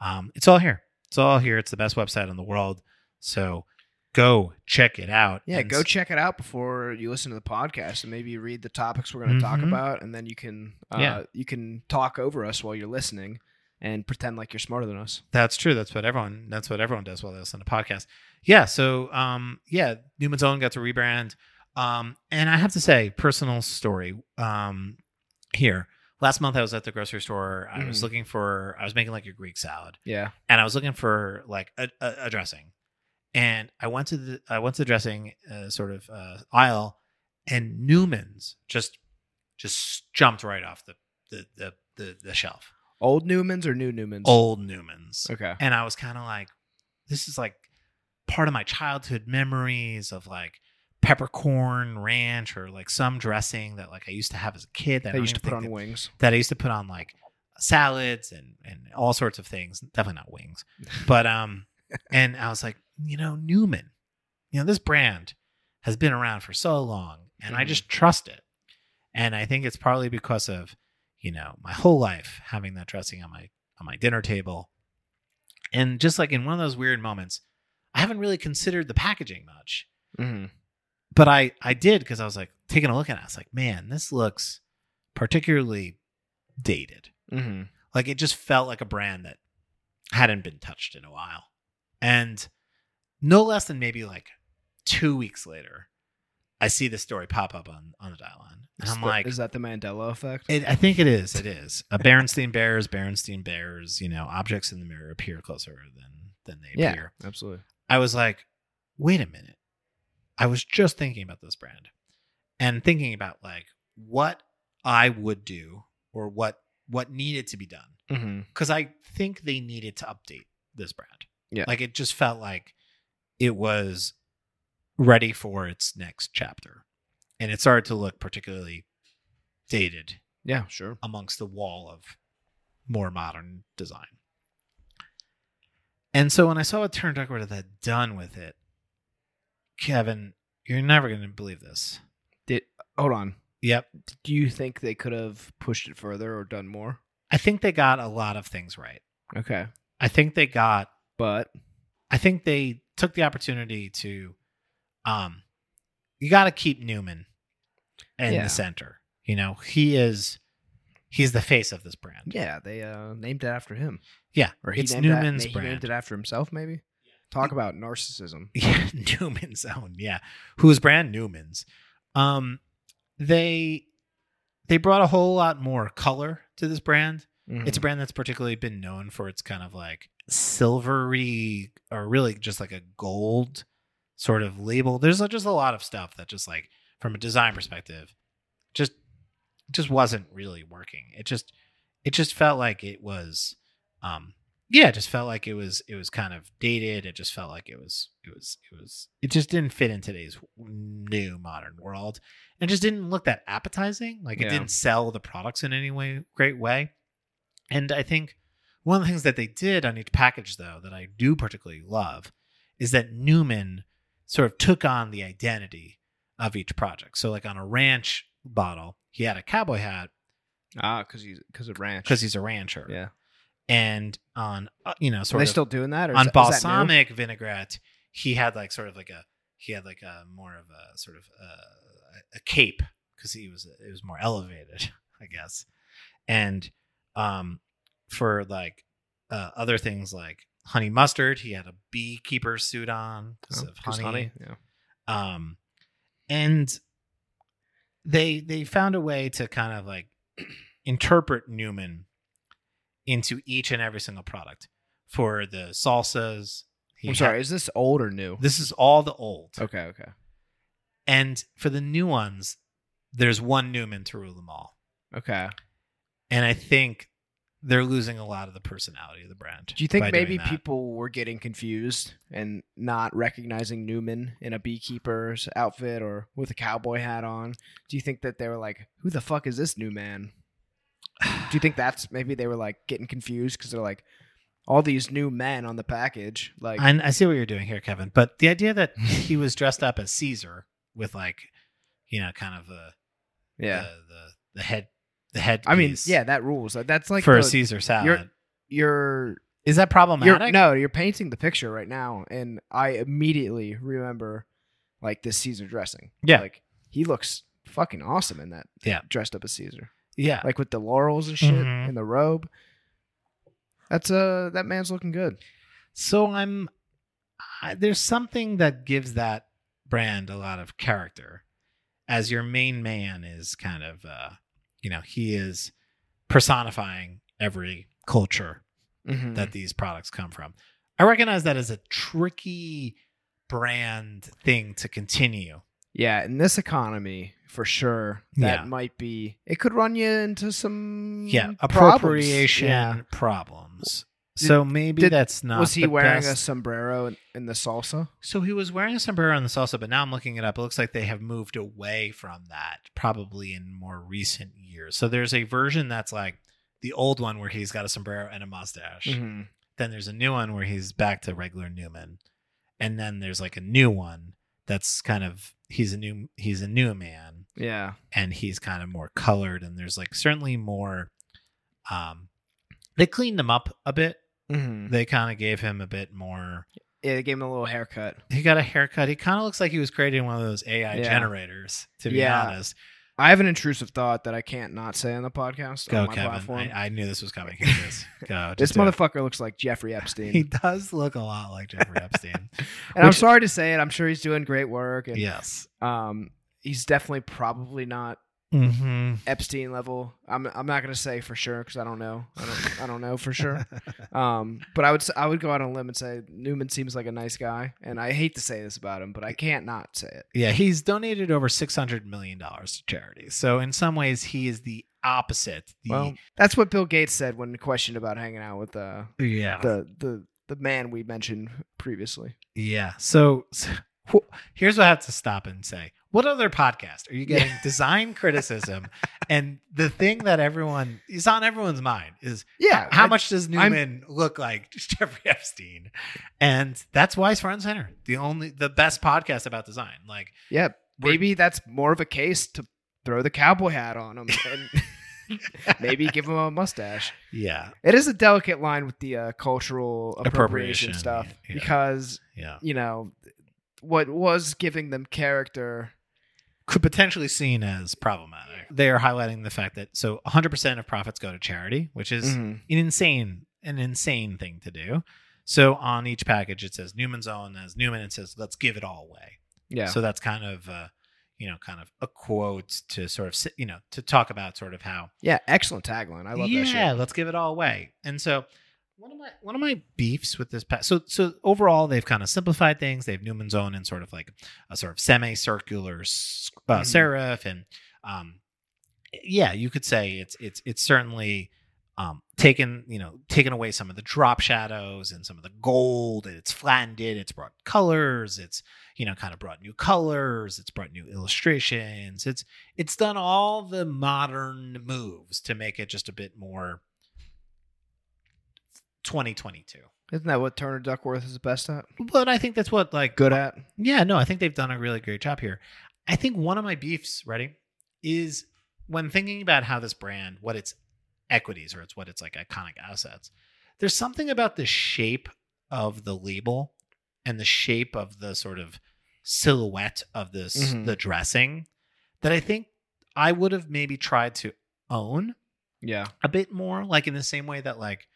S1: Um, it's all here. It's all here. It's the best website in the world. So go check it out.
S2: Yeah,
S1: And
S2: go
S1: s-
S2: check it out before you listen to the podcast, and maybe read the topics we're going to talk
S1: Mhm.
S2: about, and then you can uh,
S1: Yeah.
S2: you can talk over us while you're listening and pretend like you're smarter than us.
S1: That's true. That's what everyone. That's what everyone does while they listen to podcasts. Yeah. So, um, yeah, Newman's Own got to rebrand. Um, and I have to say, personal story. Um, here last month, I was at the grocery store. I was
S2: Mhm.
S1: looking for. I was making like a Greek salad,
S2: Yeah,
S1: and I was looking for like a, a, a dressing. And I went to the I went to the dressing uh, sort of uh, aisle, and Newman's just just jumped right off the the the, the, the shelf.
S2: old Newmans or new Newmans?
S1: Old Newman's
S2: Okay.
S1: and I was kind of like, this is like part of my childhood memories of like peppercorn ranch or like some dressing that like I used to have as a kid that
S2: They
S1: I
S2: used to put on
S1: that,
S2: wings.
S1: that I used to put on like salads and and all sorts of things. Definitely not wings, but um, and I was like, you know, Newman, you know, this brand has been around for so long, and I
S2: Mhm.
S1: just trust it, and I think it's partly because of you know my whole life having that dressing on my on my dinner table and just like in one of those weird moments, I haven't really considered the packaging much,
S2: Mm-hmm.
S1: but I I did because I was like taking a look at it. I was like, man, this looks particularly dated.
S2: Mm-hmm.
S1: Like it just felt like a brand that hadn't been touched in a while. And no less than maybe like two weeks later, I see this story pop up on on the dial line, and I'm like,
S2: is that the Mandela effect?
S1: it, I think it is. It is. A Berenstain Bears, Berenstain Bears. You know, objects in the mirror appear closer than than they
S2: Yeah.
S1: appear.
S2: Absolutely.
S1: I was like, wait a minute. I was just thinking about this brand and thinking about like what I would do or what what needed to be done
S2: Mm-hmm.
S1: cuz I think they needed to update this brand.
S2: Yeah.
S1: Like it just felt like it was ready for its next chapter. And it started to look particularly dated
S2: Yeah, sure.
S1: amongst the wall of more modern design. And so when I saw what Turner Duckworth had done with it, Kevin, you're never going to believe this.
S2: Hold on.
S1: Yep.
S2: Do you think they could have pushed it further or done more?
S1: I think they got a lot of things right.
S2: Okay,
S1: I think they got,
S2: but
S1: I think they took the opportunity to, um, you got to keep Newman in
S2: Yeah.
S1: the center. You know, he is, he's the face of this brand.
S2: yeah, they uh, named it after him.
S1: Yeah.
S2: Or he
S1: it's
S2: named it a-
S1: Newman's
S2: he
S1: brand.
S2: named it after himself, maybe. Talk about narcissism.
S1: yeah, Newman's own, yeah, whose brand Newman's. Um, they they brought a whole lot more color to this brand. It's a brand that's particularly been known for its kind of like silvery or really just like a gold sort of label. There's like, just a lot of stuff that just like from a design perspective, just just wasn't really working. It just it just felt like it was um yeah, it just felt like it was it was kind of dated. It just felt like it was it was it was it just didn't fit in today's new modern world. And it just didn't look that appetizing. Like it
S2: Yeah.
S1: didn't sell the products in any way great way. And I think one of the things that they did on each package though that I do particularly love is that Newman sort of took on the identity of each project. So like on a ranch bottle, he had a cowboy hat
S2: ah, because he's because of ranch.
S1: because he's a rancher.
S2: yeah,
S1: And on uh, you know
S2: are
S1: sort
S2: they
S1: of
S2: still doing that? Or
S1: on
S2: is that, is that new?
S1: balsamic vinaigrette, he had like sort of like a he had like a more of a sort of uh, a, a cape because he was it was more elevated, I guess. And um, for like uh, other things like honey mustard, he had a beekeeper suit on because
S2: Oh,
S1: of
S2: 'cause
S1: honey
S2: Yeah.
S1: um and they they found a way to kind of like interpret newman into each and every single product for the salsas he
S2: I'm
S1: had-
S2: sorry. Is this old or new?
S1: this is all the old
S2: okay, okay.
S1: and for the new ones there's one newman to rule them all
S2: Okay.
S1: and i think they're losing a lot of the personality of the brand.
S2: Do you think
S1: by doing
S2: maybe
S1: that.
S2: people were getting confused and not recognizing Newman in a beekeeper's outfit or with a cowboy hat on? Do you think that they were like, "Who the fuck is this new man?" Do you think that's maybe they were like getting confused because they're like, all these new men on the package, like
S1: I, I see what you're doing here, Kevin. But the idea that he was dressed up as Caesar with like, you know, kind of the
S2: yeah.
S1: the, the, the head the head.
S2: I mean, yeah, that rules. That- That's like
S1: for a
S2: the-
S1: Caesar salad.
S2: you're
S1: Is that
S2: You're,
S1: problematic?
S2: no, you're painting the picture right now, and I immediately remember like this Caesar dressing.
S1: Yeah.
S2: like he looks fucking awesome in that.
S1: Yeah.
S2: dressed up as Caesar,
S1: Yeah.
S2: like with the laurels and shit,
S1: Mhm.
S2: and the robe. That's uh, that man's looking good.
S1: So I'm I, there's something that gives that brand a lot of character, as your main man is kind of uh, you know he is personifying every culture
S2: Mhm.
S1: Mm-hmm. that these products come from. I recognize that as a tricky brand thing to continue.
S2: yeah, in this economy, for sure, that
S1: Yeah.
S2: might be. It could run you into some
S1: Yeah,
S2: problems.
S1: appropriation
S2: Yeah.
S1: Mm, problems. so maybe
S2: did-
S1: that's not.
S2: Was he
S1: the
S2: wearing
S1: best-
S2: a sombrero in, in the salsa?
S1: So he was wearing a sombrero in the salsa, but now I'm looking it up. It looks like they have moved away from that probably in more recent years. So there's a version that's like the old one where he's got a sombrero and a mustache.
S2: Mhm.
S1: Then there's a new one where he's back to regular Newman. And then there's like a new one that's kind of he's a new he's a new man
S2: Yeah,
S1: and he's kind of more colored and there's like certainly more um they cleaned him up a bit.
S2: hmm
S1: They kind of gave him a bit more
S2: yeah, they gave him a little haircut.
S1: he got a haircut. He kind of looks like he was created in one of those AI
S2: Yeah.
S1: generators, to be
S2: Yeah.
S1: honest.
S2: I have an intrusive thought that I can't not say on the podcast
S1: Go,
S2: on my
S1: Kevin.
S2: platform.
S1: I, I knew this was coming. Here it is. Go.
S2: this
S1: just do it.
S2: motherfucker looks like Jeffrey Epstein,
S1: He does look a lot like Jeffrey Epstein.
S2: and I'm
S1: which-
S2: sorry to say it. I'm sure he's doing great work, and
S1: yes.
S2: um, he's definitely probably not
S1: Mm-hmm.
S2: Epstein level. I'm I'm not gonna say for sure because I don't know. I don't I don't know for sure. Um, but I would s- I would go out on a limb and say Newman seems like a nice guy, and I hate to say this about him, but I can't not say it.
S1: yeah, he's donated over six hundred million dollars to charity. So in some ways, he is the opposite. The,
S2: Well, that's what Bill Gates said when questioned about hanging out with uh,
S1: yeah,
S2: the the the man we mentioned previously.
S1: yeah. So, so wh- here's what I have to stop and say: What other podcast are you getting design criticism? And the thing that everyone is on everyone's mind is
S2: Yeah,
S1: how
S2: I-
S1: much does
S2: I'm-
S1: Newman look like Jeffrey Epstein? And that's why it's front and center. The only the best podcast about design. Like
S2: Yeah,
S1: We're-
S2: maybe that's more of a case to throw the cowboy hat on him and maybe give him a mustache.
S1: Yeah.
S2: It is a delicate line with the uh, cultural appropriation,
S1: Appropriation,
S2: stuff
S1: yeah.
S2: because
S1: Yeah.
S2: you know what was giving them character.
S1: Could potentially seen as problematic. They are highlighting the fact that so 100% of profits go to charity, which is
S2: Mm-hmm.
S1: an insane an insane thing to do. So on each package it says Newman's own as Newman it says let's give it all away.
S2: Yeah,
S1: So that's kind of uh you know, kind of a quote to sort of, si- you know, to talk about sort of how
S2: yeah, excellent tagline. I love
S1: yeah,
S2: that shit.
S1: let's give it all away. And so one of my one of my beefs with this pack. So so overall, they've kind of simplified things. They have Newman's own in sort of like a sort of semicircular s- uh,
S2: Mhm.
S1: serif, and um, yeah, you could say it's it's it's certainly um taken you know taken away some of the drop shadows and some of the gold and it's flattened it it's brought colors it's you know kind of brought new colors it's brought new illustrations it's it's done all the modern moves to make it just a bit more 2022
S2: Isn't that what Turner Duckworth is best at?
S1: but i think that's what like
S2: Good at.
S1: yeah no i think they've done a really great job here i think one of my beefs ready is when thinking about how this brand what its equities or it's what its like iconic assets there's something about the shape of the label and the shape of the sort of silhouette of this
S2: Mhm.
S1: the dressing that i think i would have maybe tried to own
S2: Yeah,
S1: a bit more like in the same way that like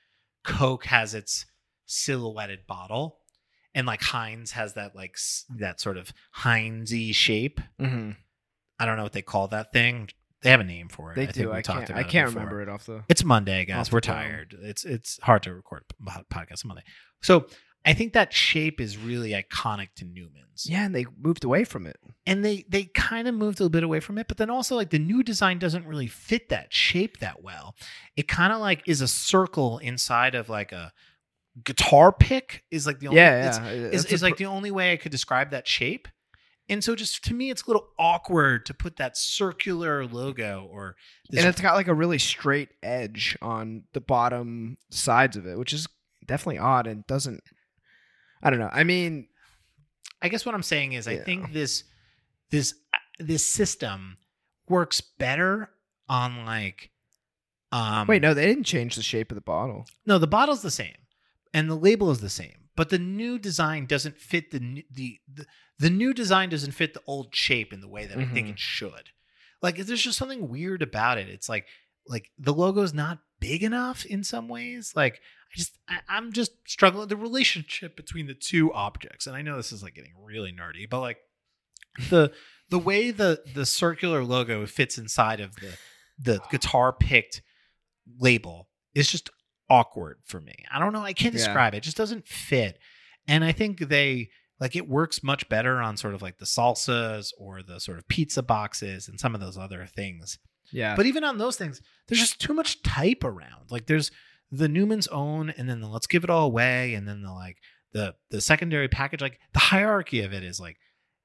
S1: coke has its silhouetted bottle and like heinz has that like s- that sort of heinzy shape
S2: mm-hmm.
S1: i don't know what they call that thing they have a name for it
S2: they
S1: think
S2: do.
S1: we
S2: I
S1: talked
S2: can't.
S1: about
S2: I can't
S1: before.
S2: remember it off the.
S1: it's monday guys
S2: Off
S1: we're
S2: the dome.
S1: tired it's it's hard to record a pod- podcast on monday so I think that shape is really iconic to Newman's.
S2: Yeah, and they moved away from it.
S1: And they they kind of moved a little bit away from it, but then also like the new design doesn't really fit that shape that well. It kind of like is a circle inside of like a guitar pick is like the only
S2: yeah,
S1: it's-
S2: yeah.
S1: is,
S2: That's
S1: is
S2: a
S1: like
S2: pr-
S1: the only way I could describe that shape. And so just to me it's a little awkward to put that circular logo or this
S2: and it's got like a really straight edge on the bottom sides of it, which is definitely odd and doesn't. I don't know. I mean,
S1: I guess what I'm saying is I
S2: Yeah.
S1: think this this uh, this system works better on like um
S2: wait, no, they didn't change the shape of the bottle.
S1: no the bottle's the same and the label is the same but the new design doesn't fit the n- the the, the new design doesn't fit the old shape in the way that I think
S2: Mhm.
S1: it should like there's just something weird about it it's like like the logo's not big enough in some ways like I just I, I'm just struggling the relationship between the two objects and I know this is like getting really nerdy but like the the way the the circular logo fits inside of the the guitar picked label is just awkward for me. I don't know. I can't
S2: Yeah.
S1: describe it. It just doesn't fit. And I think they like it works much better on sort of like the salsas or the sort of pizza boxes and some of those other things.
S2: Yeah,
S1: But even on those things, there's just too much type around. Like there's the Newman's own and then the let's give it all away and then the like the the secondary package like the hierarchy of it is like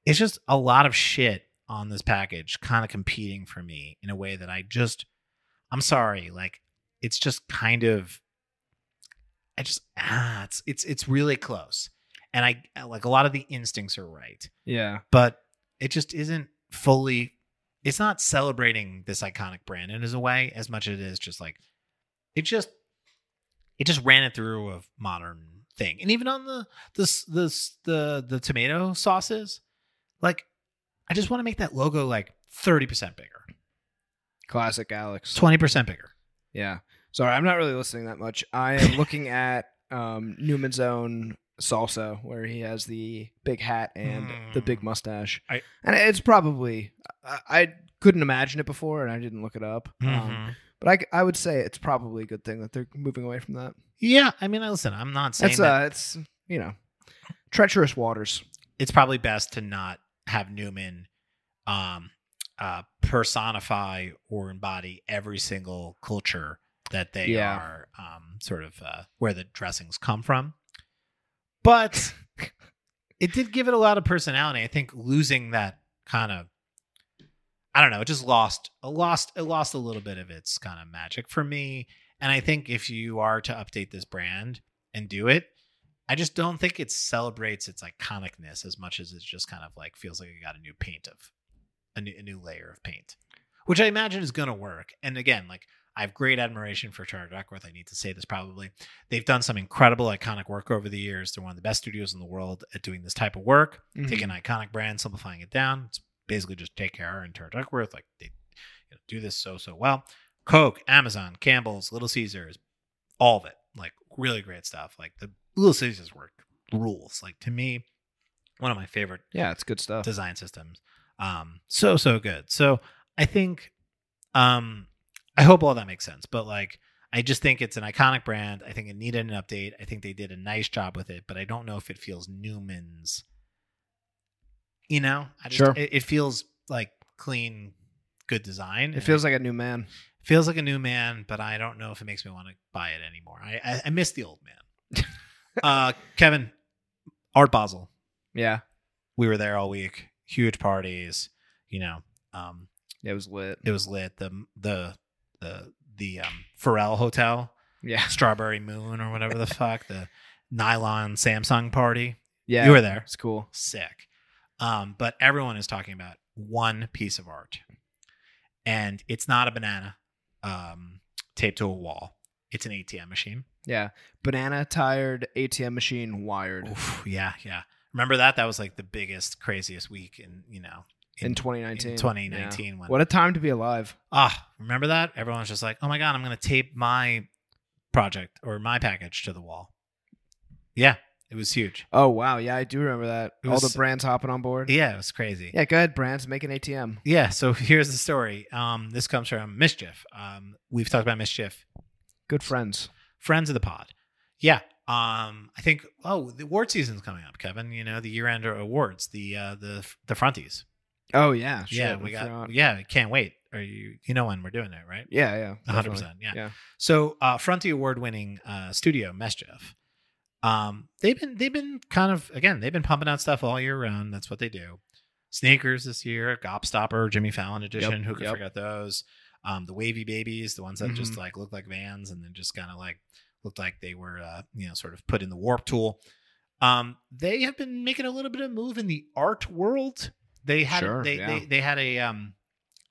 S1: it's just a lot of shit on this package kind of competing for me in a way that I just I'm sorry like it's just kind of I just ah it's it's it's really close and I like a lot of the instincts are right
S2: yeah,
S1: but it just isn't fully it's not celebrating this iconic brand in as a way as much as it is just like it just it just ran it through a modern thing and even on the the s- the s- the, the tomato sauces like i just want to make that logo like 30% bigger
S2: classic Alex.
S1: 20% bigger
S2: Yeah. Sorry, I'm not really listening that much. I am looking at um, Newman's own salsa, where he has the big hat and the big
S1: Hmm.
S2: mustache,
S1: I-
S2: and it's probably I, I couldn't imagine it before, and I didn't look it up. Um,
S1: Mhm.
S2: but I, c- I would say it's probably a good thing that they're moving away from that.
S1: yeah i mean listen i'm not saying
S2: it's
S1: that
S2: uh, it's you know, treacherous waters.
S1: it's probably best to not have Newman um, uh, personify or embody every single culture that they
S2: Yeah.
S1: are um, sort of uh, where the dressings come from. But it did give it a lot of personality. I think losing that kind of I don't know, it just lost it lost it lost a little bit of its kind of magic for me. And I think if you are to update this brand and do it, I just don't think it celebrates its iconicness as much as it just kind of like feels like it got a new paint of a new, a new layer of paint, which I imagine is going to work. And again, like I have great admiration for Charlie Duckworth. I need to say this probably. They've done some incredible iconic work over the years. They're one of the best studios in the world at doing this type of work.
S2: Mhm.
S1: Take an iconic brand, simplifying it down. It's basically just take care and Tara Duckworth. Like they you know, do this so so well. Coke, Amazon, Campbell's, Little Caesars, all of it. Like really great stuff. Like the Little Caesars work rules. Like to me, one of my favorite
S2: Yeah, it's good stuff.
S1: design systems. Um, so so good. So I think, um, I hope all that makes sense. But like, I just think it's an iconic brand. I think it needed an update. I think they did a nice job with it, but I don't know if it feels Newman's. You know, I just,
S2: Sure.
S1: It, it feels like clean, good design.
S2: It feels like a new man.
S1: feels like a new man, but I don't know if it makes me want to buy it anymore. I I, I miss the old man. uh, Kevin, Art Basel
S2: Yeah,
S1: we were there all week huge parties you know um
S2: it was lit.
S1: it was lit the the the the um Pharrell hotel
S2: Yeah,
S1: strawberry moon or whatever the fuck the nylon samsung party
S2: yeah,
S1: you were there
S2: It's cool.
S1: sick um but everyone is talking about one piece of art and it's not a banana um taped to a wall it's an atm machine
S2: Yeah, banana tired ATM machine wired
S1: Oof, yeah yeah remember that that was like the biggest craziest week in you know
S2: in
S1: in
S2: 2019.
S1: 2019
S2: Yeah.
S1: when
S2: What a time to be alive.
S1: Ah, remember that? Everyone's just like, oh my God, I'm going to tape my project or my package to the wall. Yeah, it was huge.
S2: Oh wow, yeah, I do remember that.
S1: It
S2: All
S1: was-
S2: the brands hopping on board. Yeah,
S1: Yeah, it was crazy.
S2: go ahead, brands, make an ATM.
S1: Yeah, so here's the story. Um, this comes from Mischief. Um, we've talked about Mischief
S2: Good friends.
S1: friends of the pod. Yeah, Um, I think oh the award season's coming up, Kevin. You know the year end awards, the uh, the the fronties.
S2: Oh yeah,
S1: yeah,
S2: shit,
S1: we
S2: I
S1: got
S2: forgot.
S1: yeah. Can't wait. Are you you know when we're doing it right?
S2: Yeah, yeah,
S1: A hundred
S2: definitely.
S1: percent. Yeah.
S2: Yeah.
S1: So uh, Fronty award winning uh, studio Meschiff. Um, they've been they've been kind of again they've been pumping out stuff all year round. That's what they do. Sneakers this year, Gobstopper, Jimmy Fallon edition.
S2: Yep,
S1: Who could
S2: yep. Mm-hmm.
S1: forget those? Um, the wavy babies, the ones that just like looked like vans and then just kind of like looked like they were uh, you know sort of put in the warp tool. Um, they have been making a little bit of move in the art world. They had
S2: Sure,
S1: they,
S2: yeah.
S1: they they had a um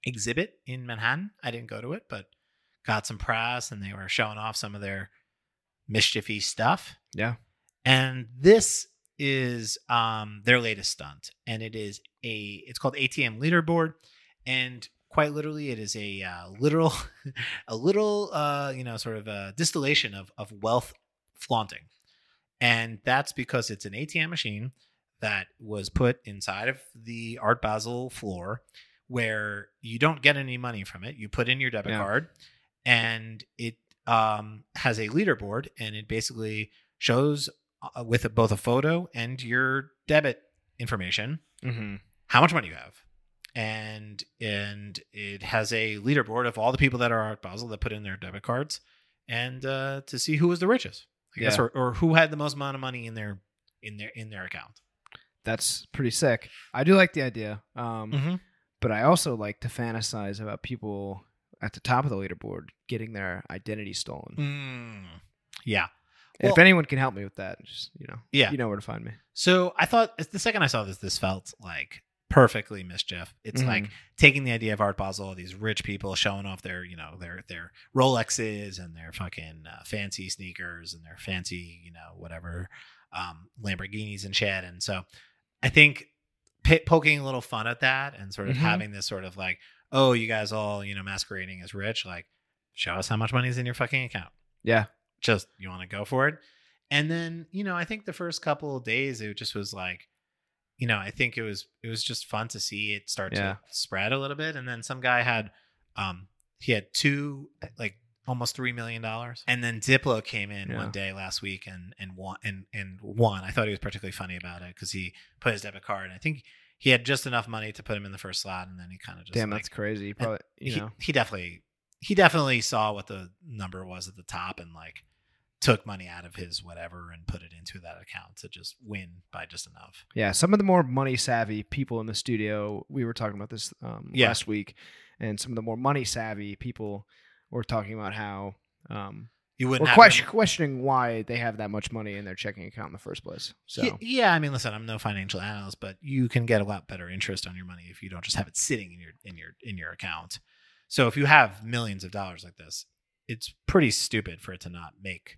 S1: exhibit in Manhattan. I didn't go to it, but got some press and they were showing off some of their mischiefy stuff.
S2: Yeah.
S1: And this is um their latest stunt and it is a it's called ATM leaderboard and quite literally it is a uh, literal a little uh you know sort of a distillation of of wealth flaunting. And that's because it's an ATM machine that was put inside of the Art Basel floor where you don't get any money from it. You put in your debit
S2: Yeah.
S1: card and it um, has a leaderboard and it basically shows uh, with a, both a photo and your debit information
S2: Mm-hmm.
S1: how much money you have. And and it has a leaderboard of all the people that are at Basel that put in their debit cards and uh, to see who was the richest, I guess,
S2: Yeah.
S1: or, or who had the most amount of money in their in their in their account.
S2: That's pretty sick. I do like the idea, um, but I also like to fantasize about people at the top of the leaderboard getting their identity stolen.
S1: Mm. Yeah.
S2: if
S1: Well-
S2: anyone can help me with that, just you know,
S1: Yeah.
S2: you know where to find me.
S1: So I thought the second I saw this, this felt like perfectly mischief. It's
S2: Mhm.
S1: like taking the idea of Art Basel, all these rich people showing off their, you know, their their Rolexes and their fucking uh, fancy sneakers and their fancy, you know, whatever um, Lamborghinis and shit. And so I think p- poking a little fun at that and sort of
S2: Mhm.
S1: having this sort of like, oh, you guys all, you know, masquerading as rich, like show us how much money's in your fucking account
S2: Yeah,
S1: just you want to go for it and then you know i think the first couple of days it just was like you know i think it was it was just fun to see it start
S2: Yeah.
S1: to spread a little bit and then some guy had um he had two uh, like almost three million dollars and then diplo came in
S2: Yeah.
S1: one day last week and and won and and won i thought he was particularly funny about it because he put his debit card and i think he had just enough money to put him in the first slot and then he kind of just
S2: damn,
S1: like,
S2: that's crazy. You Probably, you
S1: he,
S2: know,
S1: he definitely he definitely saw what the number was at the top and like took money out of his whatever and put it into that account to just win by just enough.
S2: yeah. Some of the more money savvy people in the studio, we were talking about this um,
S1: Yeah.
S2: last week, and some of the more money savvy people were talking about how. Um,
S1: You
S2: or
S1: wouldn't have
S2: question, questioning why they have that much money in their checking account in the first place. So
S1: Y- yeah, I mean, listen, I'm no financial analyst, but you can get a lot better interest on your money if you don't just have it sitting in your in your in your account. So if you have millions of dollars like this, it's pretty stupid for it to not make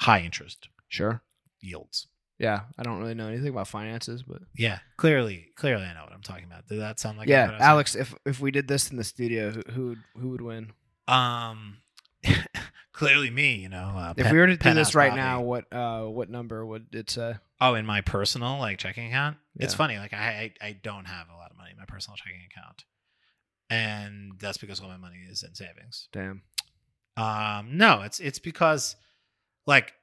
S1: high interest
S2: sure,
S1: yields.
S2: yeah. I don't really know anything about finances, but
S1: Yeah, clearly, clearly, I know what I'm talking about. Did that sound like what I
S2: yeah,
S1: was saying?
S2: Alex, if if we did this in the studio, who, who would who would win?
S1: Um, clearly me, you know. Uh,
S2: If
S1: pen-
S2: we were to do
S1: penthouse
S2: this right
S1: property.
S2: now, what uh what number would it say?
S1: oh, in my personal like checking account, it's
S2: Yeah.
S1: funny. Like I, I I don't have a lot of money in my personal checking account, and that's because all my money is in savings.
S2: Damn.
S1: Um, no, it's it's because like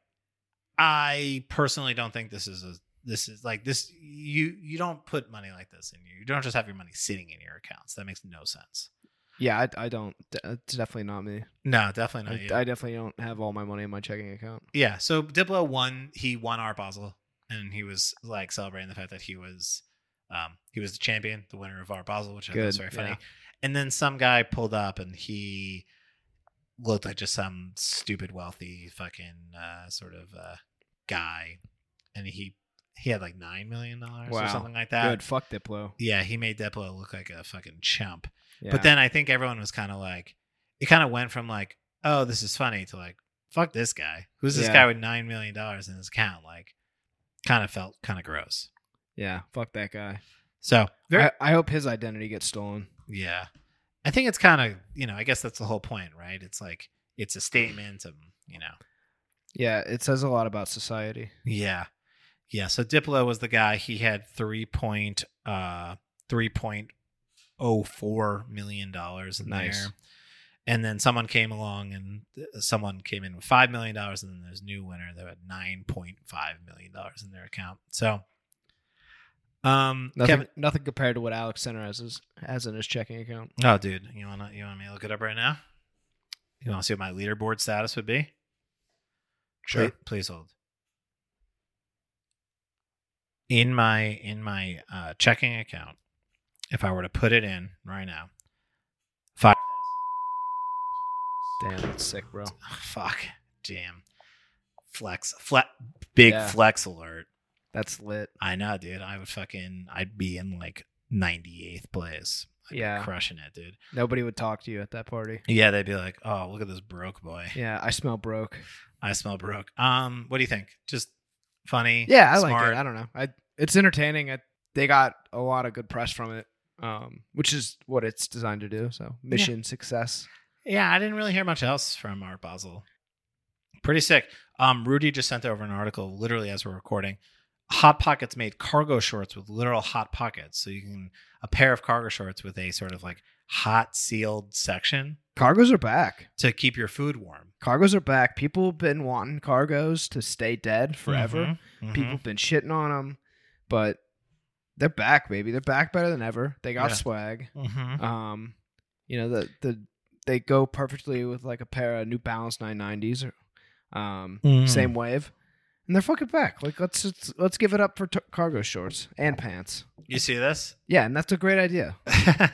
S1: I personally don't think this is a this is like this you you don't put money like this in you. You don't just have your money sitting in your accounts. That makes no sense.
S2: Yeah, I, I don't. d- It's definitely not me.
S1: No, definitely not.
S2: I,
S1: you.
S2: I definitely don't have all my money in my checking account.
S1: Yeah. So Diplo won. He won our Basel, and he was like celebrating the fact that he was, um, he was the champion, the winner of our Basel, which I thought was very
S2: Good,
S1: funny.
S2: yeah.
S1: And then some guy pulled up, and he looked like just some stupid wealthy fucking uh, sort of uh, guy, and he he had like nine million dollars or
S2: Wow.
S1: something like that.
S2: Good. Fuck Diplo.
S1: Yeah, he made Diplo look like a fucking chump.
S2: Yeah.
S1: But then I think everyone was kind of like, it kind of went from like, oh, this is funny to like, fuck this guy. Who's this
S2: Yeah.
S1: guy with $9 million in his account? Like, kind of felt kind of gross.
S2: yeah, fuck that guy.
S1: So, very,
S2: I, I hope his identity gets stolen.
S1: yeah. I think it's kind of, you know, I guess that's the whole point, right? It's like, it's a statement of, you know,
S2: Yeah, it says a lot about society.
S1: yeah. Yeah. So Diplo was the guy. He had three point, uh, three point oh four million dollars in
S2: Nice.
S1: there. and then someone came along and th- someone came in with five million dollars, and then there's a new winner that had nine point five million dollars in their account. So, um,
S2: Nothing,
S1: Kevin,
S2: nothing compared to what Alex Center has, is- has in his checking account.
S1: oh dude, you wanna you want me to look it up right now? You want to see what my leaderboard status would be? Pla- Please, hold. In my in my uh, checking account, if I were to put it in right now, five.
S2: Damn, that's sick, bro.
S1: Fuck, damn, flex, flat, big
S2: Yeah.
S1: flex alert.
S2: That's lit.
S1: I know, dude. I would fucking, I'd be in like ninety eighth place. I'd be
S2: Yeah.
S1: crushing it, dude.
S2: Nobody would talk to you at that party.
S1: Yeah, they'd be like, "Oh, look at this broke boy.
S2: Yeah, I smell broke.
S1: I smell broke." Um, what do you think? Just funny.
S2: Yeah, I like
S1: smart?
S2: it. I don't know. I it's entertaining. I, they got a lot of good press from it, um, which is what it's designed to do. So mission success.
S1: Yeah, I didn't really hear much else from Art Basel. Pretty sick. Um, Rudy just sent over an article literally as we're recording. Hot Pockets made cargo shorts with literal hot pockets. So you can a pair of cargo shorts with a sort of like hot sealed section
S2: Cargos are back.
S1: to keep your food warm.
S2: Cargos are back. People have been wanting cargos to stay dead forever.
S1: Mhm, mhm.
S2: Mm-hmm. People have been shitting on them, but they're back, baby. They're back better than ever. They got
S1: Yeah.
S2: swag.
S1: Mhm.
S2: Um, you know the the they go perfectly with like a pair of New Balance 990s or um
S1: Mm.
S2: same wave, and they're fucking back. Like let's just, let's give it up for t- cargo shorts and pants.
S1: You see this?
S2: Yeah, and that's a great idea.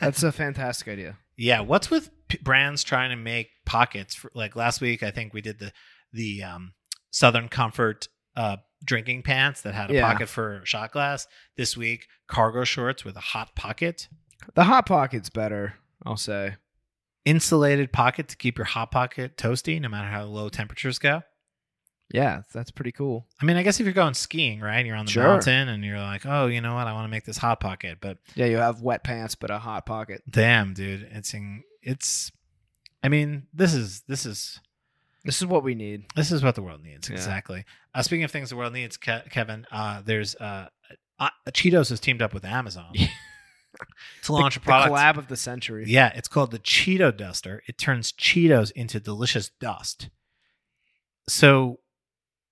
S2: That's a fantastic idea.
S1: Yeah, what's with p- brands trying to make pockets? For, like last week, I think we did the the um, Southern Comfort uh, drinking pants that had a
S2: Yeah.
S1: pocket for shot glass. This week, cargo shorts with a hot pocket,
S2: The hot pocket's better, I'll say.
S1: insulated pocket to keep your hot pocket toasty, no matter how low temperatures go.
S2: Yeah, that's pretty cool.
S1: I mean, I guess if you're going skiing, right? You're on the
S2: Sure.
S1: mountain and you're like, oh, you know what? I want to make this hot pocket, but
S2: Yeah, you have wet pants but a hot pocket.
S1: damn, dude, it's in, it's. I mean, this is this is
S2: This is what we need.
S1: This is what the world needs.
S2: Yeah.
S1: Exactly. Uh, speaking of things the world needs, Ke- Kevin, uh, there's uh, uh, Cheetos has teamed up with Amazon to launch a
S2: The
S1: product.
S2: collab of the century.
S1: Yeah, it's called the Cheeto Duster. It turns Cheetos into delicious dust. So,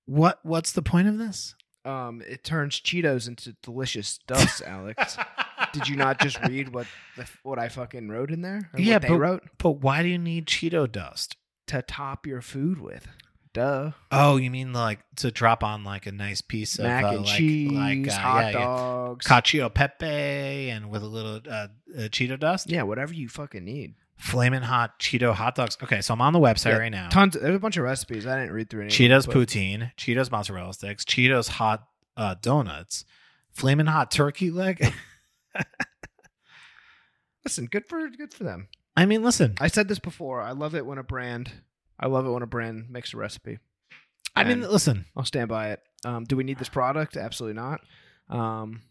S1: what what's the point of this?
S2: Um, it turns Cheetos into delicious dust, Alex. Did you not just read what the, f- what I fucking wrote in there? Or
S1: Yeah,
S2: what they
S1: but-
S2: wrote
S1: But why do you need Cheeto dust?
S2: to top your food with. Duh.
S1: Oh, you mean like to drop on like a nice piece
S2: Mac
S1: of uh,
S2: and
S1: like,
S2: cheese,
S1: like uh,
S2: hot
S1: yeah, yeah,
S2: dogs.
S1: cacio e pepe, and with a little uh, uh, Cheeto dust.
S2: yeah, whatever you fucking need.
S1: Flamin' hot Cheeto hot dogs. Okay, so I'm on the website
S2: Yeah,
S1: right now.
S2: Tons. There's a bunch of recipes. I didn't read through any. of them,
S1: Cheetos
S2: but-
S1: poutine, Cheetos mozzarella sticks, Cheetos hot uh, donuts, Flamin' hot turkey leg.
S2: Listen, good for good for them.
S1: I mean, listen.
S2: I said this before. I love it when a brand. I love it when a brand makes a recipe.
S1: I mean,
S2: And-
S1: listen.
S2: I'll stand by it. Um, do we need this product? Absolutely not. Um,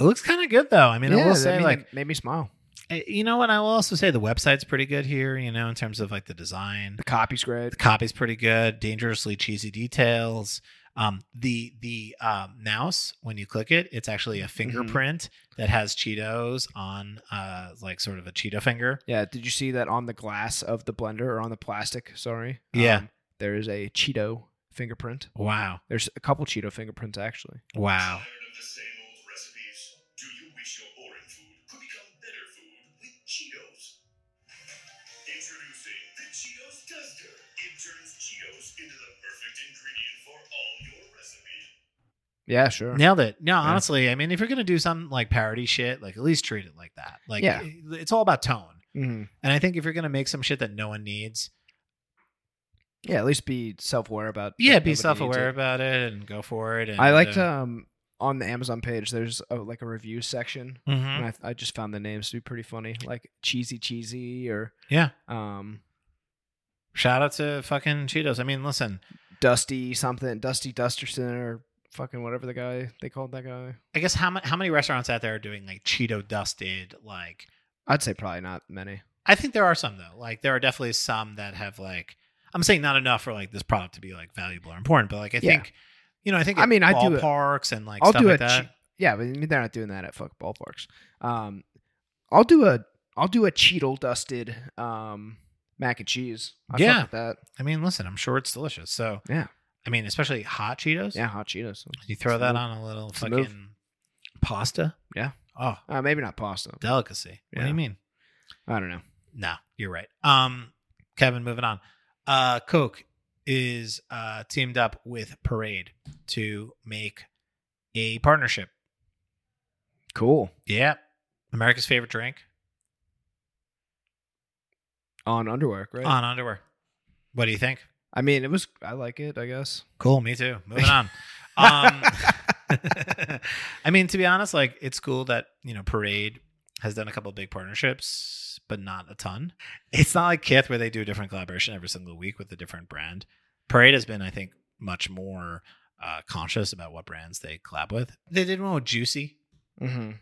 S1: It looks kind of good though. I mean, I will say, like,
S2: it made me smile.
S1: eh, you know what? I will also say the website's pretty good here. You know, in terms of like the design,
S2: The copy's great.
S1: the copy's pretty good. Dangerously cheesy details. Um, the the um, mouse when you click it, it's actually a fingerprint that has Cheetos on, uh, like sort of a Cheeto finger.
S2: Yeah. Did you see that on the glass of the blender or on the plastic? Sorry.
S1: Yeah.
S2: Um, there is a Cheeto fingerprint.
S1: Wow.
S2: There's a couple Cheeto fingerprints actually.
S1: Wow.
S3: Tired of the same old recipes? Do you wish your boring food could become better food with Cheetos? Introducing the Cheetos Duster. It turns Cheetos into the perfect ingredient for all your recipes.
S2: Yeah. Sure.
S1: Nailed it. No, honestly, I mean, if you're going to do some like parody shit, like at least treat it like that. Like,
S2: Yeah.
S1: it's all about tone.
S2: hmm
S1: And I think if you're going to make some shit that no one needs,
S2: Yeah. At least be self-aware about.
S1: yeah,
S2: that
S1: be
S2: nobody needs
S1: self aware
S2: it.
S1: about it and go for it. And, uh,
S2: I liked um on the Amazon page. There's a, like a review section,
S1: hmm
S2: and I, I just found the names to be pretty funny, like cheesy cheesy or
S1: Yeah.
S2: um
S1: Shout out to fucking Cheetos. I mean, listen,
S2: Dusty something, Dusty Dusterson or fucking whatever the guy they called that guy.
S1: I guess how, ma- how many restaurants out there are doing like Cheeto dusted? Like,
S2: I'd say probably not many.
S1: I think there are some though. Like, there are definitely some that have like, I'm saying not enough for like this product to be like valuable or important, but like, I
S2: Yeah.
S1: think, you know, I think
S2: I
S1: at
S2: mean, I do it-
S1: ballparks and like
S2: I'll
S1: stuff
S2: do
S1: like
S2: a
S1: that.
S2: che- yeah, but I mean, they're not doing that at fuck ballparks. Um, I'll do a I'll do a Cheetle dusted um mac and cheese. I fuck
S1: Yeah.
S2: with that.
S1: I mean, listen, I'm sure it's delicious. So
S2: Yeah.
S1: I mean, especially hot Cheetos.
S2: Yeah, hot Cheetos.
S1: You throw
S2: It's a
S1: that
S2: move.
S1: on a little
S2: a
S1: fucking
S2: move.
S1: pasta.
S2: Yeah.
S1: Oh,
S2: Uh, maybe not pasta.
S1: delicacy. What do
S2: Yeah.
S1: you mean?
S2: I don't know.
S1: No, you're right. Um, Kevin, moving on. Uh, Coke is uh teamed up with Parade to make a partnership.
S2: Cool.
S1: Yeah, America's favorite drink
S2: On underwear, right?
S1: on underwear. What do you think?
S2: I mean, it was. I like it. I guess.
S1: Cool, me too. Moving on. Um, I mean, to be honest, like it's cool that you know Parade has done a couple big partnerships, but not a ton. It's not like Kith where they do a different collaboration every single week with a different brand. Parade has been, I think, much more uh, conscious about what brands they collab with. They did one with Juicy.
S2: hmm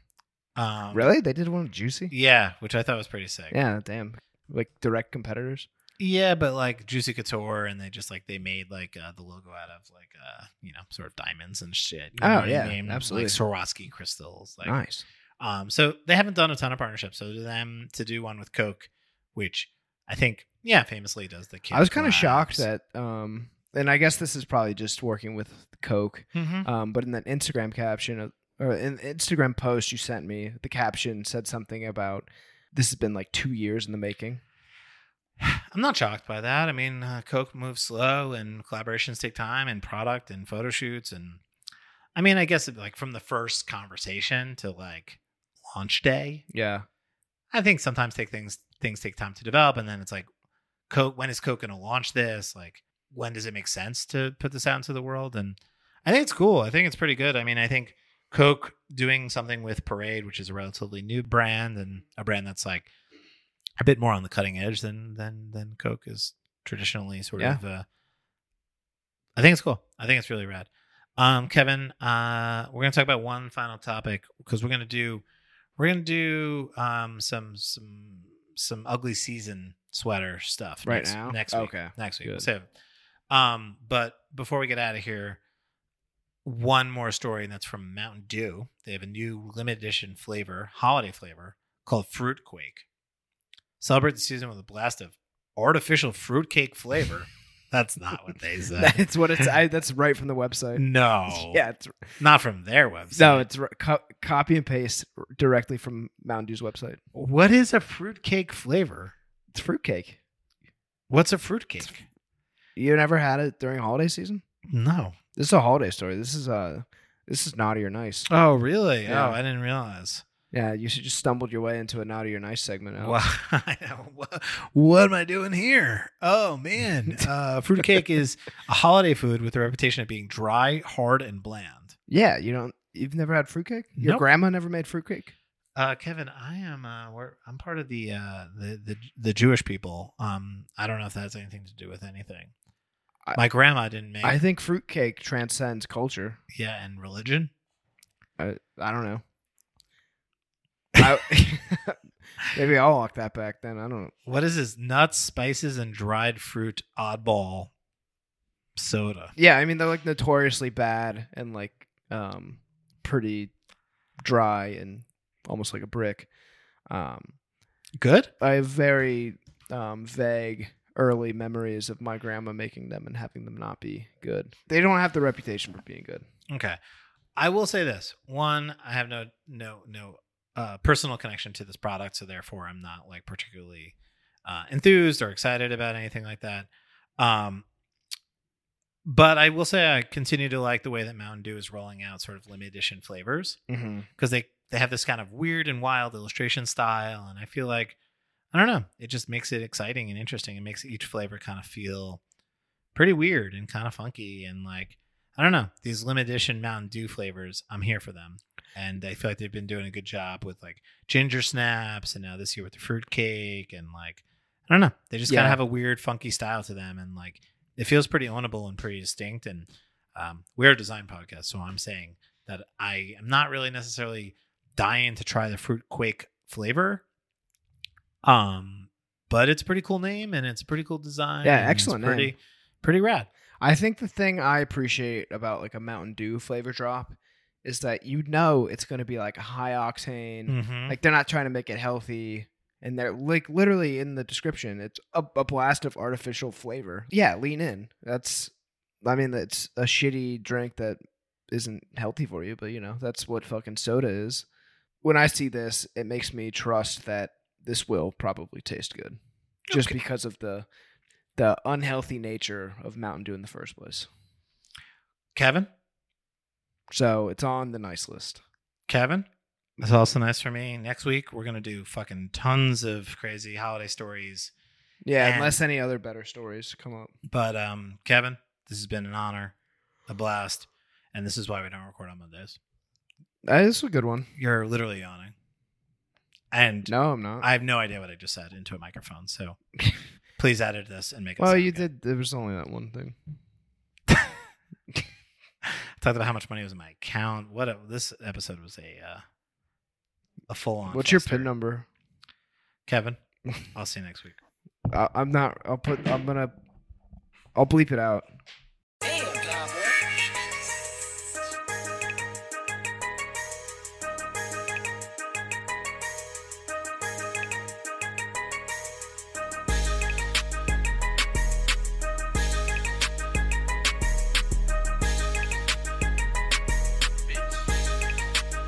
S1: Um,
S2: Really? They did one with Juicy?
S1: Yeah, which I thought was pretty sick.
S2: Yeah. Damn. Like direct competitors.
S1: Yeah, but like Juicy Couture, and they just like they made like uh, the logo out of like uh you know sort of diamonds and shit. You
S2: Oh,
S1: know what I
S2: yeah,
S1: mean?
S2: absolutely.
S1: Like Swarovski crystals. Like,
S2: nice.
S1: um, so they haven't done a ton of partnerships. So to them to do one with Coke, which I think yeah, famously does the.
S2: I was kind of shocked that. Um, and I guess this is probably just working with Coke.
S1: hmm
S2: Um, but in that Instagram caption of- or in the Instagram post you sent me, the caption said something about this has been like two years in the making.
S1: I'm not shocked by that. I mean, uh, Coke moves slow, and collaborations take time, and product, and photo shoots, and I mean, I guess like from the first conversation to like launch day,
S2: Yeah.
S1: I think sometimes take things things take time to develop, and then it's like, Coke, when is Coke going to launch this? Like, when does it make sense to put this out into the world? And I think it's cool. I think it's pretty good. I mean, I think Coke doing something with Parade, which is a relatively new brand and a brand that's like a bit more on the cutting edge than than than Coke is traditionally sort
S2: Yeah.
S1: of. Uh, I think it's cool. I think it's really rad. Um, Kevin, uh, we're gonna talk about one final topic because we're gonna do we're gonna do um some some some ugly season sweater stuff
S2: Right
S1: next,
S2: now?
S1: next week
S2: Okay.
S1: next week
S2: Good.
S1: so um but before we get out of here one more story and that's from mountain dew they have a new limited edition flavor holiday flavor called fruit quake celebrate the season with a blast of artificial fruitcake flavor that's not what they said
S2: That's what it's. I, that's right from the website.
S1: no
S2: Yeah. It's,
S1: not from their website
S2: no, it's r- co- copy and paste directly from Mountain Dew's website.
S1: what is a fruitcake flavor
S2: It's fruitcake.
S1: what's a fruitcake
S2: You never had it during holiday season?
S1: no
S2: This is a holiday story. This is uh this is naughty or nice.
S1: Oh, really?
S2: Yeah.
S1: Oh, I didn't realize.
S2: Yeah, you should just stumbled your way into a naughty or nice segment. Al.
S1: Wow. I know. Wha- what am I doing here? Oh, man. Uh, fruitcake is a holiday food with the reputation of being dry, hard, and bland.
S2: Yeah, you don't. You've never had fruitcake. Your
S1: Nope.
S2: grandma never made fruitcake.
S1: Uh, Kevin, I am uh, we're, I'm part of the, uh, the the the Jewish people. Um, I don't know if that has anything to do with anything.
S2: I-
S1: My grandma didn't make
S2: I think fruitcake transcends culture.
S1: yeah, and religion.
S2: I, I don't know. I, maybe I'll walk that back then. I don't know.
S1: What is this? Nuts, spices, and dried fruit oddball soda.
S2: Yeah, I mean they're like notoriously bad and like um pretty dry and almost like a brick. Um,
S1: Good.
S2: I have very um, vague early memories of my grandma making them and having them not be good. They don't have the reputation for being good.
S1: Okay. I will say this. One, I have no no no uh, personal connection to this product, so therefore I'm not like particularly uh, enthused or excited about anything like that. Um, but I will say I continue to like the way that Mountain Dew is rolling out sort of limited edition flavors
S2: Mm-hmm.
S1: because they they have this kind of weird and wild illustration style, and I feel like I don't know, it just makes it exciting and interesting. It makes each flavor kind of feel pretty weird and kind of funky and like I don't know these limited edition Mountain Dew flavors. I'm here for them, and I feel like they've been doing a good job with like ginger snaps, and now this year with the fruit cake, and like I don't know, they just kind
S2: Yeah.
S1: of have a weird funky style to them, and like it feels pretty ownable and pretty distinct. And um, we're a design podcast, so I'm saying that I am not really necessarily dying to try the fruit quake flavor. Um, but it's a pretty cool name and it's a pretty cool design.
S2: Yeah,
S1: and it's
S2: excellent name.
S1: Pretty, pretty rad.
S2: I think the thing I appreciate about like a Mountain Dew flavor drop is that you know it's going to be Mm. like a high octane.
S1: Mm-hmm.
S2: Like they're not trying to make it healthy and they're like literally in the description. It's a, a blast of artificial flavor. Yeah, lean in. That's, I mean, that's a shitty drink that isn't healthy for you, but you know that's what fucking soda is. When I see this, it makes me trust that this will probably taste good, just
S1: Okay.
S2: because of the the unhealthy nature of Mountain Dew in the first place.
S1: Kevin,
S2: So it's on the nice list.
S1: Kevin, that's also nice for me. Next week we're gonna do fucking tons of crazy holiday stories.
S2: Yeah,
S1: And-
S2: unless any other better stories come up.
S1: But um, Kevin, this has been an honor, a blast, and this is why we don't record on Mondays.
S2: Uh, this is a good one.
S1: You're literally yawning, and
S2: No, I'm not.
S1: I have no idea what I just said into a microphone. So please edit this and make it.
S2: well,
S1: sound
S2: you
S1: good.
S2: did. There was only that one thing.
S1: talked about how much money was in my account. What a, this episode was a uh, a full on.
S2: What's your pin number?
S1: Kevin? I'll see you next week.
S2: I, I'm not. I'll put. I'm gonna. I'll bleep it out.
S4: bitch.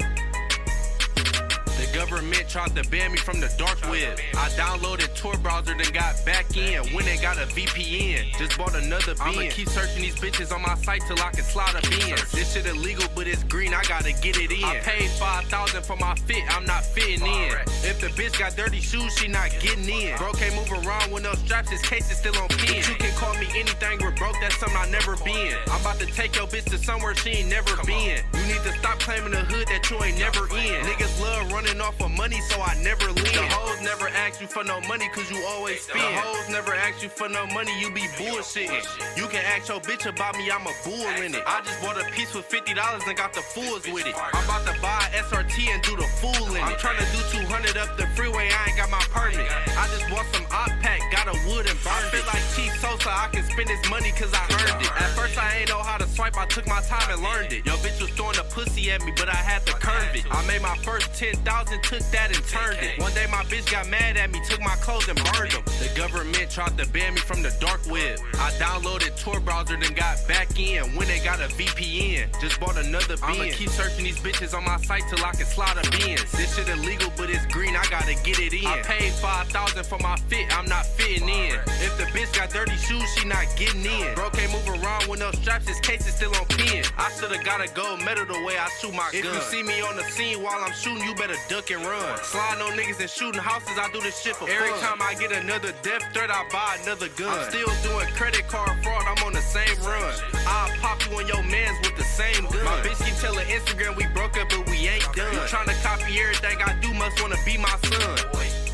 S4: The government tried to ban me from the dark web. I downloaded Tor browser, then got back in. When they got a VPN, just bought another bin. I'ma keep searching these bitches on my site till I can slide a bin. This shit illegal, but it's green. I gotta get it in. I paid five thousand for my fit. I'm not fitting in. If the bitch got dirty shoes, she not getting in. Bro can't move around with no straps. His case is still on pin. You can call me anything. We're broke. That's something I never been. I'm about to take your bitch to somewhere she ain't never been. You need to stop claiming the hood that you ain't never in. Niggas love running off of money, so I never lean. The hoes never ask you for no money, cause you always spend. The hoes never ask you for no money, you be bullshitting. You can ask your bitch about me, I'm a bull in it. I just bought a piece for $50 and got the fools with it. I'm about to buy a SRT and do the fool in it. I'm trying to do 200 up the freeway, I ain't got my permit. I just bought some op pack, got a wood and burned it. I feel like Chief Sosa, I can spend his money cause I earned it. At first I ain't know how to swipe, I took my time and learned it. Yo bitch was throwing a pussy at me, but I had to curve it. I made my first 10,000, took that and turned it. One day my bitch got mad at me, took my clothes and burned them. The government tried to ban me from the dark web. I downloaded Tor browser, then got back in. When they got a VPN, just bought another bin. I'ma keep searching these bitches on my site till I can slide a bin. This shit illegal, but it's green, I gotta get it in. I paid 5,000 for my fit, I'm not fitting in. If the bitch got dirty shoes, she not getting in. Bro can't move around with no straps, his case is still on pin. I should've got a gold medal the way I shoot my gun. If you see me on the scene while I'm shooting, you better duck and run. Sliding on niggas and shooting houses, I do this shit for Every time I get another death threat, I buy another gun. I'm still doing credit card fraud, I'm on the same run. I'll pop you and your mans with the same gun. My bitch keep telling Instagram we broke up, but we ain't done. You tryna copy everything I do, must wanna be my son.